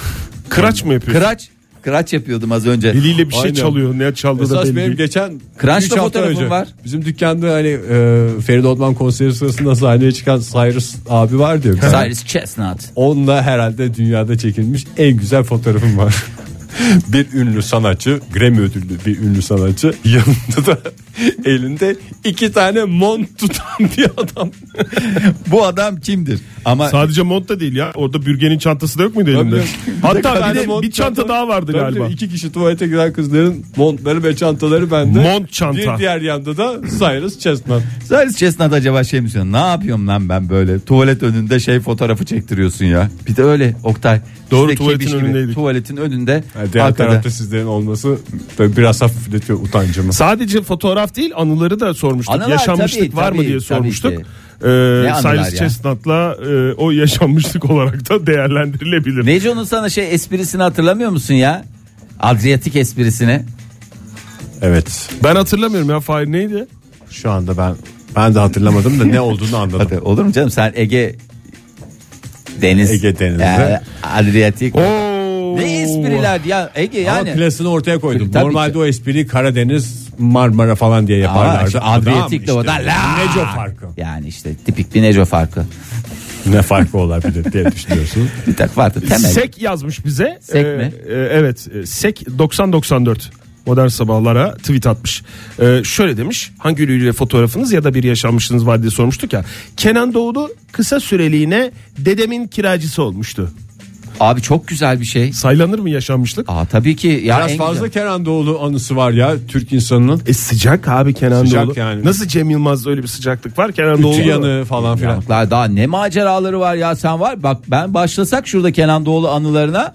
Speaker 3: Kıraç mı yapıyorsun?
Speaker 4: Kıraç. Kıraç yapıyordum az önce.
Speaker 3: Eliyle bir şey
Speaker 2: Aynen.
Speaker 3: çalıyor. Ne çaldığı da
Speaker 2: Esas
Speaker 3: belli
Speaker 2: benim
Speaker 3: değil.
Speaker 2: geçen
Speaker 4: Crunch'ta
Speaker 2: üç hafta
Speaker 4: fotoğrafım
Speaker 2: önce
Speaker 4: var.
Speaker 2: Bizim dükkanda hani e, Feride Otman konseri sırasında sahneye çıkan Cyrus abi var diyor.
Speaker 4: Cyrus Chestnut.
Speaker 2: Onunla herhalde dünyada çekilmiş en güzel fotoğrafım var. bir ünlü sanatçı, Grammy ödüllü bir ünlü sanatçı yanında da elinde iki tane mont tutan bir adam.
Speaker 4: Bu adam kimdir? Ama
Speaker 3: Sadece mont da değil ya. Orada bürgenin çantası da yok muydu elinde?
Speaker 2: Tabii.
Speaker 3: Hatta bir,
Speaker 2: tane
Speaker 3: de
Speaker 2: mont,
Speaker 3: bir çanta daha vardı
Speaker 2: Tabii
Speaker 3: galiba.
Speaker 2: İki kişi tuvalete giden kızların montları ve çantaları bende.
Speaker 3: Mont çanta.
Speaker 2: Bir diğer yanda da Cyrus Chestnut.
Speaker 4: Cyrus Chestnut acaba şey mi diyor? Ne yapıyorum lan ben böyle? Tuvalet önünde şey fotoğrafı çektiriyorsun ya. Bir de öyle Oktay.
Speaker 3: Doğru,
Speaker 4: Biz de
Speaker 3: tuvaletin
Speaker 4: kebiş gibi.
Speaker 3: önündeydik.
Speaker 4: Tuvaletin önünde.
Speaker 2: Yani diğer
Speaker 4: arkada.
Speaker 2: tarafta sizlerin olması tabii biraz hafifletiyor utancımı.
Speaker 3: Sadece fotoğraf değil anıları da sormuştuk.
Speaker 4: Anılar
Speaker 3: yaşanmışlık
Speaker 4: tabii,
Speaker 3: var mı
Speaker 4: tabii,
Speaker 3: diye
Speaker 4: tabii
Speaker 3: sormuştuk.
Speaker 4: ki.
Speaker 3: Ee,
Speaker 4: anılar
Speaker 3: Cyrus
Speaker 4: ya?
Speaker 3: Chestnut'la e, o yaşanmışlık olarak da değerlendirilebilir.
Speaker 4: Neco'nun sana şey esprisini hatırlamıyor musun ya? Adriyatik esprisini.
Speaker 2: Evet.
Speaker 3: Ben hatırlamıyorum ya Fahir neydi?
Speaker 2: Şu anda ben ben de hatırlamadım da ne olduğunu anladım.
Speaker 4: Hadi olur mu canım sen Ege Deniz.
Speaker 2: Ege Deniz'de.
Speaker 4: Ya, Adriyatik.
Speaker 3: Oo.
Speaker 4: Ne espriler ya Ege
Speaker 2: Ama
Speaker 4: yani.
Speaker 2: klasını ortaya koydum.
Speaker 4: Tabii
Speaker 2: Normalde
Speaker 4: ki.
Speaker 2: o espriyi Karadeniz, Marmara falan diye yaparlardı.
Speaker 4: işte
Speaker 2: Adam
Speaker 4: Adriyatik de o da la.
Speaker 2: Neco farkı.
Speaker 4: Yani işte tipik bir Neco farkı.
Speaker 2: ne farkı olabilir diye düşünüyorsun.
Speaker 4: Bir tak vardı temel.
Speaker 3: Sek yazmış bize.
Speaker 4: Sek
Speaker 3: Ee,
Speaker 4: mi?
Speaker 3: e, evet. e, Sek 9094 Modern Sabahlara tweet atmış. Ee, şöyle demiş. Hangi ünlüyle fotoğrafınız ya da bir yaşanmışlığınız var diye sormuştuk ya. Kenan Doğulu kısa süreliğine dedemin kiracısı olmuştu.
Speaker 4: Abi çok güzel bir şey.
Speaker 3: Saylanır mı yaşanmışlık?
Speaker 4: Aa tabii ki ya
Speaker 2: Biraz
Speaker 4: en
Speaker 2: fazla
Speaker 4: güzel.
Speaker 2: Kenan Doğulu anısı var ya Türk insanının.
Speaker 3: E sıcak abi Kenan
Speaker 2: Sıcak
Speaker 3: Doğulu.
Speaker 2: yani.
Speaker 3: Nasıl Cem Yılmaz'da öyle bir sıcaklık var? Kenan Doğulu
Speaker 2: Ütü yanı falan filan.
Speaker 4: Daha- daha ne maceraları var ya sen var. Bak ben başlasak şurada Kenan Doğulu anılarına.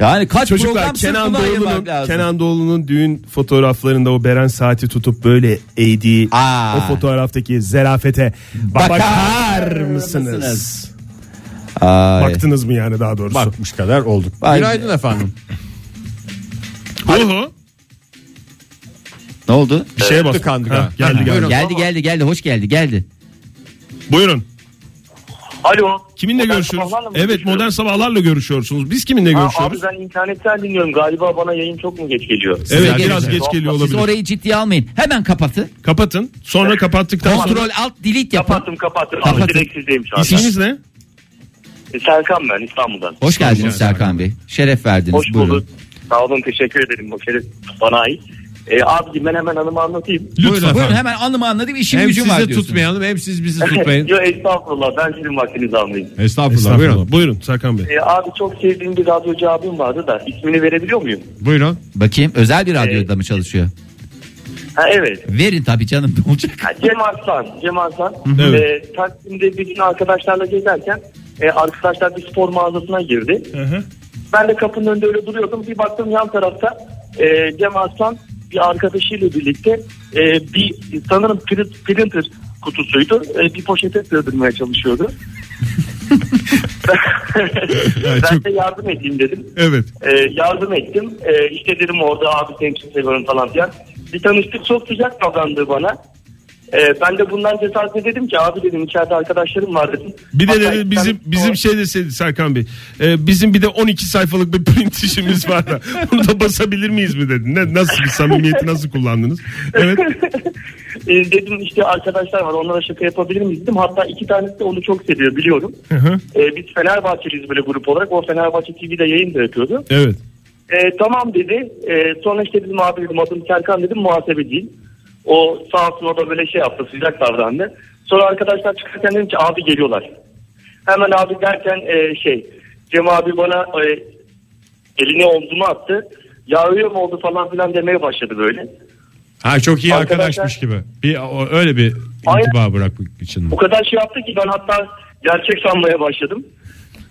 Speaker 4: Yani kaç
Speaker 3: Çocuklar
Speaker 4: program sırf
Speaker 3: Kenan
Speaker 4: buna ayırmak
Speaker 3: Doğulu'nun
Speaker 4: lazım.
Speaker 3: Kenan Doğulu'nun düğün fotoğraflarında o Beren saati tutup böyle eğdiği
Speaker 4: Aa.
Speaker 3: o fotoğraftaki zerafete bakar,
Speaker 4: Bakar
Speaker 3: mısınız?
Speaker 4: mısınız? Ay.
Speaker 3: Baktınız mı yani daha doğrusu?
Speaker 2: Bakmış kadar olduk.
Speaker 4: Vay
Speaker 2: Günaydın efendim.
Speaker 3: Oho.
Speaker 4: Ne oldu?
Speaker 3: Bir şeye bastı.
Speaker 2: Tıkandık
Speaker 3: Ha,
Speaker 2: ha.
Speaker 3: Geldi geldi.
Speaker 2: Buyurun.
Speaker 4: Geldi geldi geldi hoş geldi geldi.
Speaker 3: Buyurun.
Speaker 1: Alo.
Speaker 3: Kiminle
Speaker 1: Modern
Speaker 3: görüşüyoruz?
Speaker 1: Sabahlar'la mı
Speaker 3: Evet
Speaker 1: görüşüyorum?
Speaker 3: modern sabahlarla görüşüyorsunuz. Biz kiminle
Speaker 1: Ha,
Speaker 3: görüşüyoruz?
Speaker 1: abi ben internetten dinliyorum. Galiba bana yayın çok mu geç geliyor?
Speaker 3: Evet
Speaker 4: Size
Speaker 3: biraz
Speaker 4: geleceğim.
Speaker 3: geç geliyor
Speaker 4: Siz
Speaker 3: olabilir.
Speaker 4: orayı ciddiye almayın. Hemen kapatın.
Speaker 3: Kapatın. Sonra kapattıktan sonra
Speaker 4: Kontrol alt delete yapın.
Speaker 1: Kapattım kapattım.
Speaker 4: Kapattın.
Speaker 1: Abi direkt sizdeyim şu anda.
Speaker 3: İsminiz ne?
Speaker 1: E, Serkan ben İstanbul'dan.
Speaker 4: Hoş geldiniz Serkan Bey. Şeref verdiniz.
Speaker 1: Hoş
Speaker 4: Buyurun.
Speaker 1: bulduk. Sağ olun teşekkür ederim. Bu şeref bana ait. E, abicim ben hemen hanıma anlatayım.
Speaker 3: Lütfen.
Speaker 4: Buyurun, buyurun hemen anlamı anladım işim
Speaker 2: Hem
Speaker 4: gücüm var
Speaker 2: sizi
Speaker 4: diyorsunuz.
Speaker 2: tutmayalım hem siz bizi tutmayın.
Speaker 1: Yo estağfurullah ben sizin vaktinizi almayayım.
Speaker 2: Estağfurullah,
Speaker 3: Estağfurullah.
Speaker 2: buyurun.
Speaker 3: Buyurun. Serkan Bey.
Speaker 1: E, abi çok sevdiğim bir radyocu abim vardı da ismini verebiliyor muyum?
Speaker 2: Buyurun.
Speaker 4: Bakayım özel bir radyoda
Speaker 1: Ee,
Speaker 4: mı çalışıyor?
Speaker 1: Ha evet.
Speaker 4: Verin tabii canım ne olacak?
Speaker 1: Ha, Cem Arslan. Cem Arslan.
Speaker 3: Evet.
Speaker 1: E, Taksim'de bir gün arkadaşlarla gezerken e, arkadaşlar bir spor mağazasına girdi. Ben de kapının önünde öyle duruyordum. Bir baktım yan tarafta e, Cem Arslan bir arkadaşıyla birlikte e, bir sanırım print- printer kutusuydu. E, bir poşete sığdırmaya çalışıyordu. ben de yardım edeyim dedim.
Speaker 3: Evet.
Speaker 1: E, yardım ettim. E, işte dedim orada abi seni çok seviyorum falan filan. Bir tanıştık çok sıcak davrandı bana. E, ben de bundan cesaret dedim ki abi dedim içeride arkadaşlarım var dedim.
Speaker 3: Bir de
Speaker 1: Hatta
Speaker 3: dedi,
Speaker 1: iki
Speaker 3: bizim
Speaker 1: tane-
Speaker 3: bizim şey deseydi Serkan Bey. e, bizim bir de 12 sayfalık bir print işimiz var da. Bunu da basabilir miyiz mi dedi. Ne, nasıl bir samimiyeti nasıl kullandınız? Evet.
Speaker 1: E, dedim işte arkadaşlar var onlara şaka yapabilir miyiz dedim. Hatta iki tanesi de onu çok seviyor biliyorum.
Speaker 3: hı.
Speaker 1: E, biz Fenerbahçeliyiz böyle grup olarak. O Fenerbahçe TV'de yayın da yapıyordu.
Speaker 3: Evet.
Speaker 1: E, tamam dedi. E, sonra işte dedim abi dedim adım Serkan dedim muhasebeciyim. O sağ olsun orada böyle şey yaptı sıcak davrandı. Sonra arkadaşlar çıkarken dedim ki abi geliyorlar. Hemen abi derken e, şey Cem abi bana e, elini omzuma attı. Ya öyle mi oldu falan filan demeye başladı böyle.
Speaker 2: Ha çok iyi
Speaker 1: Arkadaşlar-
Speaker 2: arkadaşmış gibi. Bir o- öyle bir
Speaker 1: Hayır.
Speaker 2: intiba bırakmak için. mi?
Speaker 1: O kadar şey yaptı ki ben hatta gerçek sanmaya başladım.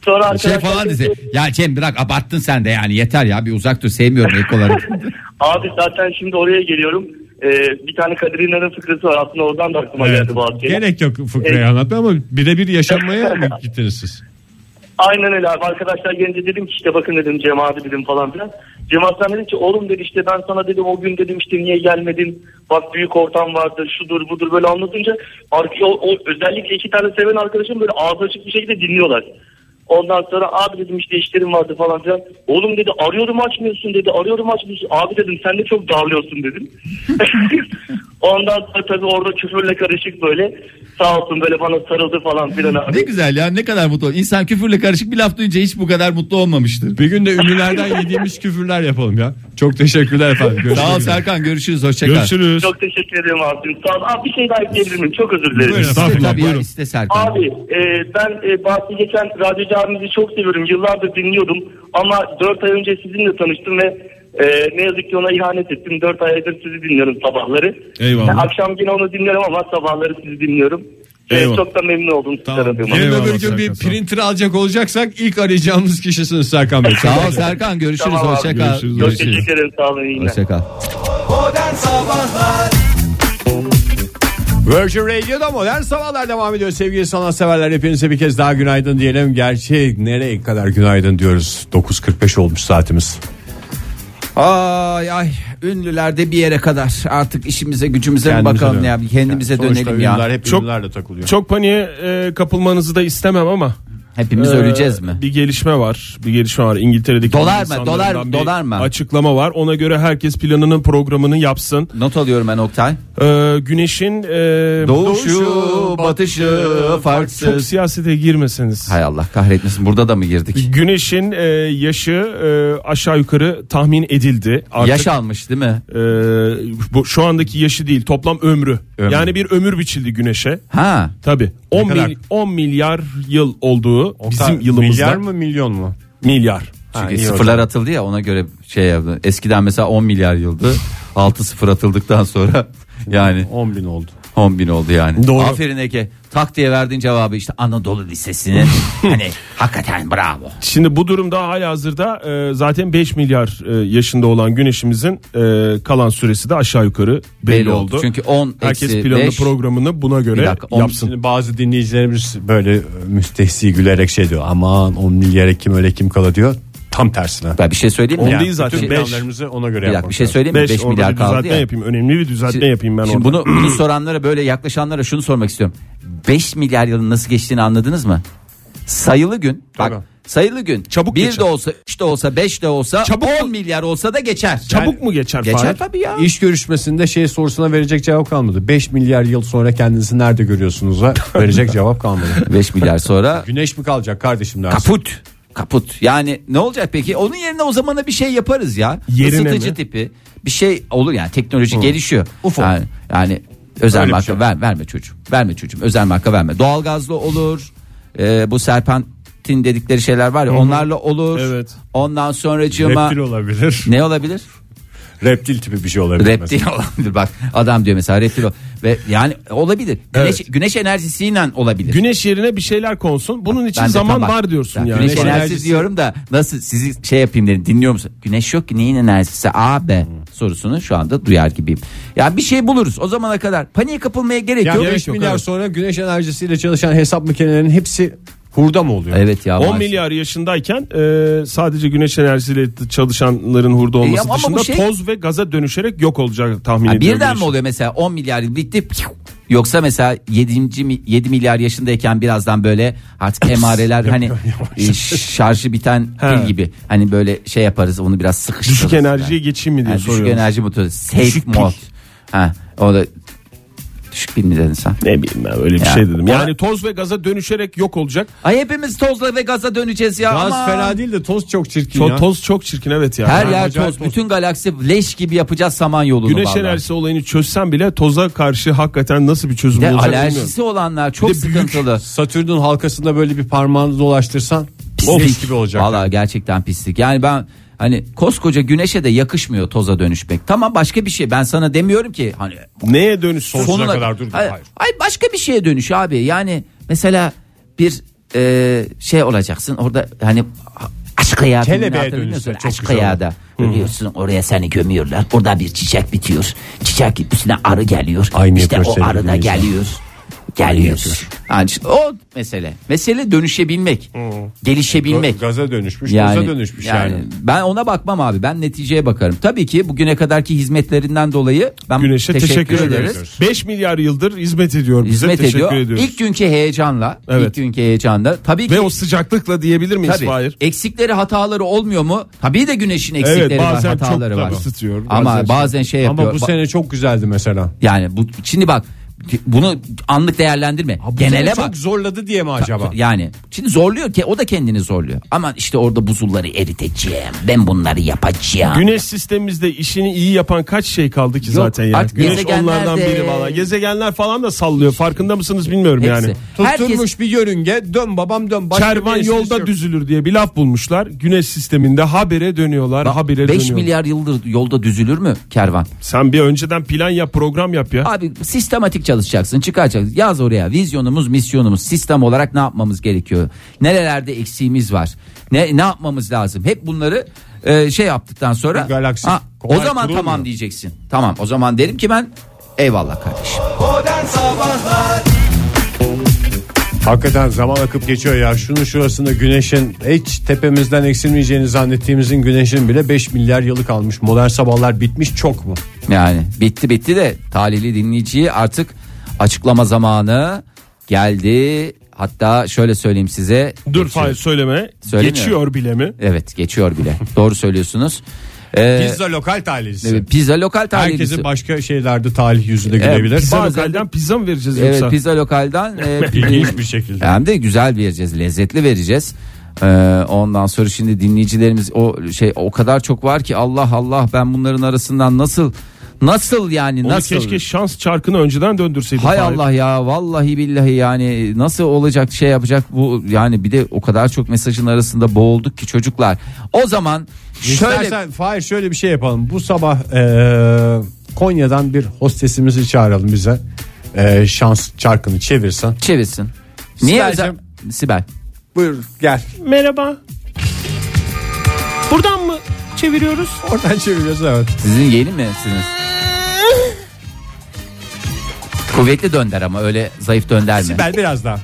Speaker 1: Sonra
Speaker 4: Şey
Speaker 1: arkadaşlar
Speaker 4: falan
Speaker 1: dedi,
Speaker 4: dese. Ya Cem bırak abarttın sen de yani yeter ya bir uzak dur sevmiyorum ek olarak.
Speaker 1: Abi zaten şimdi oraya geliyorum. Ee, bir tane Kadir İnan'ın fıkrası var. Aslında oradan da aklıma geldi bazı şeyler.
Speaker 2: Gerek yok fıkrayı anlatma ama birebir yaşanmaya mı gittiniz siz?
Speaker 1: Aynen öyle abi. Arkadaşlar gelince dedim ki işte bakın dedim Cem abi dedim falan filan. Cem Aslan dedi ki oğlum dedi işte ben sana dedim o gün dedim işte niye gelmedin. Bak büyük ortam vardı şudur budur böyle anlatınca. ar- O, o, özellikle iki tane seven arkadaşım böyle ağzı açık bir şekilde dinliyorlar. Ondan sonra abi dedim işte işlerim vardı falan filan. Oğlum dedi arıyorum açmıyorsun dedi. Arıyorum açmıyorsun. Abi dedim sen de çok darlıyorsun dedim. Ondan sonra tabii orada küfürle karışık böyle. Sağ olsun böyle bana sarıldı falan filan abi.
Speaker 4: ne güzel ya ne kadar mutlu. ol. İnsan küfürle karışık bir laf duyunca hiç bu kadar mutlu olmamıştır.
Speaker 2: Bir gün de ünlülerden yediğimiz küfürler yapalım ya. Çok teşekkürler efendim. Görüşmek
Speaker 4: Sağ ol
Speaker 2: üzere.
Speaker 4: Serkan görüşürüz hoşçakal.
Speaker 3: Görüşürüz.
Speaker 1: Çok teşekkür ederim abicim. Sağ ol. Abi bir şey daha ekleyebilir miyim? Çok özür dilerim.
Speaker 3: Buyurun.
Speaker 4: Tabii
Speaker 3: Estağfurullah
Speaker 4: tabii ya,
Speaker 3: buyurun.
Speaker 4: iste Serkan.
Speaker 1: Abi e, ben e, bahsi geçen radyocu abimizi çok seviyorum. Yıllardır dinliyordum. Ama 4 ay önce sizinle tanıştım ve e, ne yazık ki ona ihanet ettim. 4 aydır sizi dinliyorum sabahları.
Speaker 3: Eyvallah.
Speaker 1: Yani akşam yine onu dinlerim ama sabahları sizi dinliyorum. E,
Speaker 3: Eyvallah.
Speaker 1: çok da memnun oldum sizi
Speaker 2: Tamam.
Speaker 1: aradığıma.
Speaker 2: Yarın
Speaker 3: Eyvallah
Speaker 2: öbür gün bir
Speaker 3: Serkan, sağ ol.
Speaker 2: printer alacak olacaksak ilk arayacağımız kişisiniz Serkan Bey.
Speaker 4: Sağ ol Serkan görüşürüz
Speaker 1: Tamam abi,
Speaker 4: hoşçakal.
Speaker 3: görüşürüz.
Speaker 1: Çok teşekkür ederim. Sağ olun. iyi günler.
Speaker 4: Hoşçakal.
Speaker 9: Modern Sabahlar
Speaker 2: Virgin Radio'da modern sabahlar devam ediyor sevgili sanatseverler. Hepinize bir kez daha günaydın diyelim. Gerçi nereye kadar günaydın diyoruz. 9.45 olmuş saatimiz.
Speaker 4: Ay ay ünlülerde bir yere kadar artık işimize gücümüze mi
Speaker 2: Kendimize
Speaker 4: bakalım ya
Speaker 2: dönelim.
Speaker 4: bir kendimize
Speaker 2: Sonuçta
Speaker 4: dönelim ya.
Speaker 2: ünlüler hep
Speaker 3: Çok-
Speaker 2: ünlülerle takılıyor.
Speaker 3: Çok paniğe e, kapılmanızı da istemem ama.
Speaker 4: Hepimiz
Speaker 3: Ee,
Speaker 4: öleceğiz mi?
Speaker 3: Bir gelişme var. Bir gelişme var. İngiltere'deki
Speaker 4: Dolar mı?
Speaker 3: insanlardan
Speaker 4: Dolar-
Speaker 3: bir
Speaker 4: dolar mı?
Speaker 3: Açıklama var. Ona göre herkes planının programını yapsın.
Speaker 4: Not alıyorum ben Oktay.
Speaker 3: Ee, güneşin e,
Speaker 4: Doğuşu, batışı farksız.
Speaker 3: Çok siyasete girmeseniz.
Speaker 4: Hay Allah kahretmesin burada da mı girdik?
Speaker 3: Güneşin e, yaşı e, aşağı yukarı tahmin edildi. Artık,
Speaker 4: Yaş almış değil mi?
Speaker 3: e, bu şu andaki yaşı değil, toplam ömrü. Yani bir ömür biçildi güneşe.
Speaker 4: Ha.
Speaker 3: Tabi 10,
Speaker 2: kadar?
Speaker 3: mil- 10 milyar yıl olduğu bizim yılımızda
Speaker 2: Milyar
Speaker 3: milyar.
Speaker 2: mı milyon mu?
Speaker 4: Çünkü E,
Speaker 2: iyi
Speaker 4: sıfırlar atıldı ya ona göre şey yaptı. Eskiden mesela 10 milyar yıldı. 6 sıfır atıldıktan sonra yani
Speaker 2: 10 bin oldu.
Speaker 4: 10 bin oldu yani.
Speaker 3: Doğru.
Speaker 4: Aferin Ege. Tak diye verdiğin cevabı işte Anadolu Lisesi'nin hani hakikaten bravo.
Speaker 3: Şimdi bu durumda hala hazırda e, zaten 5 milyar e, yaşında olan güneşimizin e, kalan süresi de aşağı yukarı belli,
Speaker 4: Belli oldu.
Speaker 3: oldu.
Speaker 4: Çünkü 10
Speaker 3: Herkes
Speaker 4: eksi
Speaker 3: planlı
Speaker 4: beş-
Speaker 3: programını buna göre
Speaker 4: Bir dakika, on-
Speaker 3: yapsın.
Speaker 2: Şimdi bazı dinleyicilerimiz böyle e, müstehsi gülerek şey diyor. Aman 10 milyara kim öyle kim kala diyor. Tam tersine.
Speaker 4: Ben bir şey söyleyeyim mi?
Speaker 3: On
Speaker 4: Ya,
Speaker 3: değil zaten,
Speaker 4: bütün-
Speaker 3: beş.
Speaker 2: Planlarımızı ona göre
Speaker 4: Bir dakika
Speaker 2: yapmak
Speaker 4: bir şey
Speaker 2: lazım.
Speaker 4: söyleyeyim mi?
Speaker 3: 5
Speaker 4: 5
Speaker 3: orada
Speaker 4: milyar
Speaker 3: bir
Speaker 4: kaldı
Speaker 3: düzeltme
Speaker 4: ya.
Speaker 3: yapayım. Önemli bir düzeltme
Speaker 4: Şimdi-
Speaker 3: yapayım ben
Speaker 4: Şimdi
Speaker 3: orada.
Speaker 4: bunu, bunu soranlara böyle yaklaşanlara şunu sormak istiyorum. 5 milyar yılın nasıl geçtiğini anladınız mı? Sayılı gün. Bak
Speaker 2: Tabii.
Speaker 4: sayılı gün.
Speaker 3: Çabuk
Speaker 4: bir
Speaker 3: geçer.
Speaker 4: de olsa, 3 de olsa, 5 de olsa,
Speaker 3: Çabuk
Speaker 4: 10 milyar olsa da geçer.
Speaker 3: Çabuk mu geçer?
Speaker 4: Geçer
Speaker 3: Fahir?
Speaker 4: tabii ya.
Speaker 2: İş görüşmesinde şey sorusuna verecek cevap kalmadı. 5 milyar yıl sonra kendinizi nerede görüyorsunuz verecek cevap kalmadı.
Speaker 4: 5 milyar sonra
Speaker 2: Güneş mi kalacak kardeşim dersin.
Speaker 4: kaput. Kaput. Yani ne olacak peki? Onun yerine o zamana bir şey yaparız ya.
Speaker 3: Yerine
Speaker 4: Isıtıcı
Speaker 3: mi?
Speaker 4: tipi bir şey olur yani teknoloji gelişiyor.
Speaker 2: Ufo.
Speaker 4: Yani, yani özel
Speaker 2: Öyle bir
Speaker 4: marka
Speaker 2: şey.
Speaker 4: ver, verme çocuğum. Verme çocuğum. Özel marka verme. Doğalgazlı olur. Ee, bu serpentin dedikleri şeyler var ya onlarla olur.
Speaker 3: Evet.
Speaker 4: Ondan sonracığıma
Speaker 3: Reptil olabilir.
Speaker 4: ne olabilir?
Speaker 2: Reptil tipi bir şey olabilir. mesela.
Speaker 4: Reptil olabilir. Bak adam diyor mesela reptil ol- ve yani olabilir. Güneş güneş enerjisiyle olabilir.
Speaker 3: Güneş yerine bir şeyler konsun. Bunun için
Speaker 4: Ben de
Speaker 3: zaman
Speaker 4: tam bak-
Speaker 3: var diyorsun
Speaker 4: Ya
Speaker 3: yani.
Speaker 4: Güneş enerjisi,
Speaker 3: Enerjisi-
Speaker 4: diyorum da nasıl sizi şey yapayım dedim dinliyor musun? Güneş yok ki neyin enerjisi
Speaker 3: Hmm.
Speaker 4: abi sorusunu şu anda duyar gibiyim. Ya bir şey buluruz o zamana kadar paniğe kapılmaya gerek
Speaker 2: Yani
Speaker 4: yok.
Speaker 2: 5
Speaker 4: yok,
Speaker 2: milyar
Speaker 4: evet.
Speaker 2: sonra güneş enerjisiyle çalışan hesap makinelerinin hepsi hurda mı oluyor?
Speaker 4: Evet ya.
Speaker 3: 10
Speaker 4: maalesef.
Speaker 3: milyar yaşındayken e, sadece güneş enerjisiyle t- çalışanların hurda olması
Speaker 4: ama bu
Speaker 3: dışında
Speaker 4: şey-
Speaker 3: toz ve gaza dönüşerek yok olacak tahmin
Speaker 4: Ha,
Speaker 3: ediyorum.
Speaker 4: birden mi
Speaker 3: güneşin.
Speaker 4: oluyor mesela 10 milyar yıl bitti piu. yoksa mesela 7. mi- 7 milyar yaşındayken birazdan böyle artık emareler hani e, şarjı biten pil
Speaker 3: He.
Speaker 4: gibi hani böyle şey yaparız onu biraz sıkıştırırız.
Speaker 3: Düşük enerjiye geçeyim mi diye
Speaker 4: Yani düşük
Speaker 3: soruyorum.
Speaker 4: enerji motoru safe
Speaker 3: Düşük pil.
Speaker 4: mode. Ha, o da düşük pil mi dedin sen?
Speaker 3: Ne bileyim ben öyle bir
Speaker 4: Ya.
Speaker 3: şey dedim.
Speaker 4: Ya-
Speaker 3: Yani toz ve gaza dönüşerek yok olacak.
Speaker 4: Ay hepimiz tozla ve gaza döneceğiz ya.
Speaker 2: Gaz
Speaker 4: aman.
Speaker 2: fena değil de toz çok çirkin
Speaker 3: To-
Speaker 2: ya.
Speaker 3: Toz çok çirkin evet ya.
Speaker 4: Her
Speaker 3: Yani
Speaker 4: yer
Speaker 3: acayip
Speaker 4: toz. Bütün galaksi leş gibi yapacağız samanyolunu
Speaker 3: Güneş
Speaker 4: vallahi.
Speaker 3: enerjisi olayını çözsen bile toza karşı hakikaten nasıl bir çözüm
Speaker 4: Bir de
Speaker 3: olacak bilmiyorum.
Speaker 4: alerjisi olanlar çok sıkıntılı.
Speaker 2: Satürn'ün halkasında böyle bir parmağını dolaştırsan
Speaker 4: Pislik.
Speaker 2: of gibi olacak.
Speaker 4: Valla gerçekten pislik. Yani ben hani koskoca güneşe de yakışmıyor toza dönüşmek. Tamam başka bir şey. Ben sana demiyorum ki hani
Speaker 3: Neye dönüş sonsuza
Speaker 4: sonuna
Speaker 3: kadar dur.
Speaker 4: Hayır, hayır, başka bir şeye dönüş abi. Yani mesela bir e, şey olacaksın orada hani aşk hayatı
Speaker 2: Kelebeğe
Speaker 4: anlatabiliyor
Speaker 2: dönüşse
Speaker 4: musun?
Speaker 2: çok
Speaker 4: aşk
Speaker 2: güzel olur.
Speaker 4: hayada ölüyorsun oraya seni gömüyorlar. Orada bir çiçek bitiyor. Çiçek üstüne arı geliyor.
Speaker 2: Aynı
Speaker 4: işte
Speaker 2: yapıyor
Speaker 4: o
Speaker 2: sevgili
Speaker 4: arı da
Speaker 2: dinleyiciler.
Speaker 4: geliyor. Geliyor. Yani işte o mesele. Mesele dönüşebilmek. Gelişebilmek.
Speaker 2: Gaza dönüşmüş, toza dönüşmüş yani.
Speaker 4: Ben ona bakmam abi. Ben neticeye bakarım. Tabii ki bugüne kadarki hizmetlerinden dolayı ben
Speaker 3: Güneşe teşekkür,
Speaker 4: ederiz.
Speaker 3: ederiz. 5 milyar yıldır hizmet ediyor bize.
Speaker 4: Hizmet
Speaker 3: teşekkür
Speaker 4: ediyor.
Speaker 3: ediyoruz.
Speaker 4: İlk günkü heyecanla,
Speaker 3: Evet.
Speaker 4: ilk günkü heyecanla tabii ki
Speaker 3: Ve o sıcaklıkla diyebilir miyiz
Speaker 4: tabii,
Speaker 3: Fahir?
Speaker 4: eksikleri hataları olmuyor mu? Tabii de güneşin eksikleri
Speaker 3: bazen
Speaker 4: var,
Speaker 3: çok
Speaker 4: hataları
Speaker 3: da
Speaker 4: var.
Speaker 3: ısıtıyor,
Speaker 4: Ama
Speaker 3: bazen-
Speaker 4: bazen, şey yapıyor.
Speaker 2: Ama bu
Speaker 4: Ba-
Speaker 2: sene çok güzeldi mesela.
Speaker 4: yani bu şimdi bak bunu anlık değerlendirme.
Speaker 2: Bu sene
Speaker 4: Genele
Speaker 2: çok
Speaker 4: bak.
Speaker 2: zorladı diye mi acaba?
Speaker 4: Yani şimdi zorluyor ki o da kendini zorluyor. Ama işte orada buzulları eriteceğim. Ben bunları yapacağım.
Speaker 3: Güneş sistemimizde işini iyi yapan kaç şey kaldı ki zaten ya?
Speaker 4: artık
Speaker 3: Güneş
Speaker 4: gezegenler
Speaker 3: onlardan
Speaker 4: de-
Speaker 3: biri valla. Gezegenler falan da sallıyor. Farkında mısınız bilmiyorum
Speaker 4: Hepsi. şey
Speaker 3: yani.
Speaker 2: Tutturmuş
Speaker 4: Herkes-
Speaker 2: bir yörünge dön babam dön. Başka
Speaker 3: Kervan
Speaker 2: bir esprisi
Speaker 3: yolda
Speaker 2: yok.
Speaker 3: düzülür diye bir laf bulmuşlar. Güneş sisteminde habire dönüyorlar, habire
Speaker 4: 5
Speaker 3: dönüyorlar.
Speaker 4: milyar yıldır yolda düzülür mü kervan?
Speaker 3: Sen bir önceden plan yap, program yap ya.
Speaker 4: Abi sistematik çalışacaksın çıkaracaksın yaz oraya vizyonumuz misyonumuz sistem olarak ne yapmamız gerekiyor nerelerde eksiğimiz var ne ne yapmamız lazım hep bunları e, şey yaptıktan sonra
Speaker 2: Bir galaksi kolay
Speaker 4: o zaman
Speaker 2: kurulmuyor.
Speaker 4: tamam diyeceksin tamam o zaman derim ki ben eyvallah kardeşim
Speaker 9: Modern Sabahlar
Speaker 2: Hakikaten zaman akıp geçiyor ya. Şunu şurasında güneşin hiç tepemizden eksilmeyeceğini zannettiğimizin güneşin bile 5 milyar yılı kalmış. Modern sabahlar bitmiş çok mu?
Speaker 4: yani bitti bitti de talihli dinleyiciyi artık açıklama zamanı geldi hatta şöyle söyleyeyim size
Speaker 3: Dur
Speaker 4: Geçiyor.
Speaker 3: Fahir söyleme.
Speaker 4: Söylemiyorum.
Speaker 3: Geçiyor bile mi?
Speaker 4: evet geçiyor bile doğru söylüyorsunuz Ee,
Speaker 2: Pizza lokal talihsiz.
Speaker 4: evet, pizza lokal tarihi
Speaker 2: Herkesin başka şeylerde talih yüzüne gülebilir.
Speaker 3: Pizza
Speaker 4: Bazen de-
Speaker 3: lokalden pizza mı vereceğiz
Speaker 4: Evet
Speaker 3: yoksa?
Speaker 4: pizza lokaldan e,
Speaker 2: İlginç bir şekilde.
Speaker 4: hem de güzel vereceğiz, lezzetli vereceğiz. Ee, ondan sonra şimdi dinleyicilerimiz o şey o kadar çok var ki Allah Allah ben bunların arasından nasıl nasıl yani
Speaker 3: Onu
Speaker 4: nasıl
Speaker 3: keşke şans çarkını önceden döndürseydik.
Speaker 4: Hay
Speaker 3: Fahir.
Speaker 4: Allah ya vallahi billahi yani nasıl olacak şey yapacak bu yani bir de o kadar çok mesajın arasında boğulduk ki çocuklar. O zaman şöyle
Speaker 2: İstersen Fahir şöyle e, bir şey yapalım. Bu sabah eee, Konya'dan bir hostesimizi çağıralım bize. e, şans çarkını çevirsen.
Speaker 4: Çevirsin. Niye özel?
Speaker 2: Sibel'cim.
Speaker 4: Sibel.
Speaker 2: Buyur gel.
Speaker 3: Merhaba. Buradan mı çeviriyoruz?
Speaker 2: Oradan çeviriyorsun evet.
Speaker 4: Sizin yeni misiniz? Kuvvetli dönder ama öyle zayıf dönder mi?
Speaker 2: Sibel biraz daha.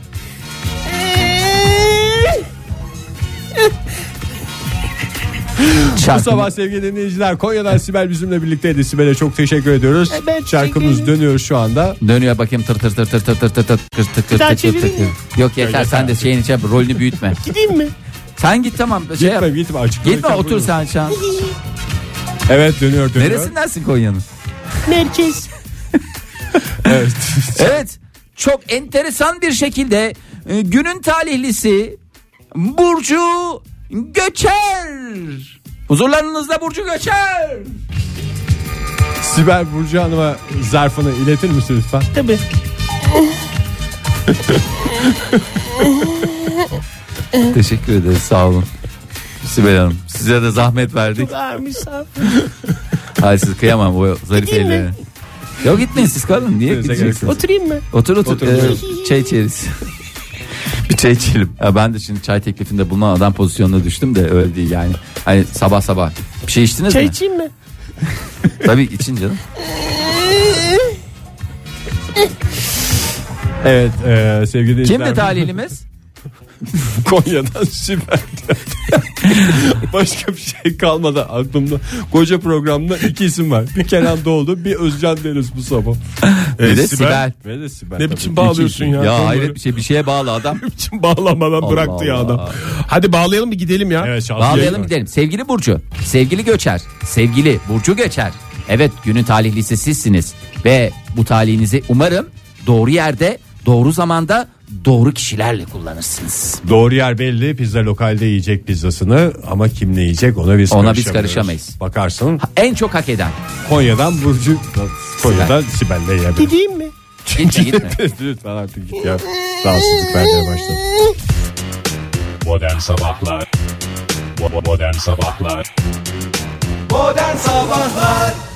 Speaker 2: Bu sabah sevgili dinleyiciler Konya'dan Sibel bizimle birlikteydi. Sibel'e çok teşekkür
Speaker 3: E,
Speaker 2: ediyoruz. Şarkımız dönüyor şu anda.
Speaker 4: Dönüyor bakayım tır tır tır tır tır tır tır tır tır tır tır
Speaker 3: daha
Speaker 4: tır tır
Speaker 3: çevireyim
Speaker 4: tır.
Speaker 3: mi?
Speaker 4: Yok yeter sen de şeyin içine rolünü büyütme.
Speaker 3: Gideyim mi?
Speaker 4: Sen git tamam şey yap.
Speaker 2: Gitme gitme açık.
Speaker 4: Gitme otur sen şu an.
Speaker 2: Evet dönüyor dönüyor.
Speaker 4: Neresindensin Konya'nın?
Speaker 3: Merkez.
Speaker 2: Evet.
Speaker 4: Evet. Çok enteresan bir şekilde e, günün talihlisi Burcu Göçer. Huzurlarınızda Burcu Göçer.
Speaker 2: Sibel Burcu Hanım'a zarfını iletir misin lütfen?
Speaker 3: Tabii.
Speaker 4: Teşekkür ederiz sağ olun. Sibel Hanım size de zahmet verdik. Hayır siz kıyamam o zarif ellerine. Yok gitmeyin siz kalın. Niye
Speaker 2: Gitmenize
Speaker 4: gideceksiniz?
Speaker 3: Oturayım mı?
Speaker 4: Otur otur.
Speaker 2: Otur,
Speaker 4: Ee,
Speaker 2: buyurun.
Speaker 4: çay içeriz. bir çay içelim. Ya ben de şimdi çay teklifinde bulunan adam pozisyonuna düştüm de öyle değil yani. Hani sabah sabah bir şey içtiniz
Speaker 3: Çay
Speaker 4: mi?
Speaker 3: içeyim mi?
Speaker 4: Tabii için canım.
Speaker 2: Evet e, sevgili dinleyiciler.
Speaker 4: Kimdi talihlimiz?
Speaker 2: Konya'dan Sibel. Başka bir şey kalmadı aklımda. Koca programda iki isim var. Bir Kenan Doğulu bir Özcan Deniz bu sabah.
Speaker 4: Bir de
Speaker 3: Ee,
Speaker 4: Sibel.
Speaker 2: Ve de Sibel.
Speaker 3: Ne biçim bağlıyorsun ya?
Speaker 4: Ya
Speaker 3: Konuları
Speaker 4: hayret bir şey bir şeye bağlı adam.
Speaker 3: Ne biçim bağlamadan
Speaker 4: Allah
Speaker 3: bıraktı ya
Speaker 4: Allah.
Speaker 3: adam. Hadi bağlayalım bir gidelim ya.
Speaker 2: Evet, şahsi
Speaker 4: Bağlayalım
Speaker 2: yayın var.
Speaker 4: gidelim. Sevgili Burcu, sevgili Göçer, sevgili Burcu Göçer. Evet günün talihlisi sizsiniz. Ve bu talihinizi umarım doğru yerde, doğru zamanda, doğru kişilerle kullanırsınız.
Speaker 2: Doğru yer belli. Pizza lokalde yiyecek pizzasını ama kim ne yiyecek ona biz
Speaker 4: Ona biz
Speaker 2: karışamıyoruz.
Speaker 4: karışamayız.
Speaker 2: Bakarsın
Speaker 4: En çok hak eden.
Speaker 2: Konya'dan Burcu Konya'dan Sibel'le yiyebilir.
Speaker 3: Gideyim mi?
Speaker 4: Gitme gitme.
Speaker 2: Lütfen artık git ya. Rahatsızlık vermeye başladı.
Speaker 11: Modern Sabahlar Bo- Modern Sabahlar
Speaker 9: Modern Sabahlar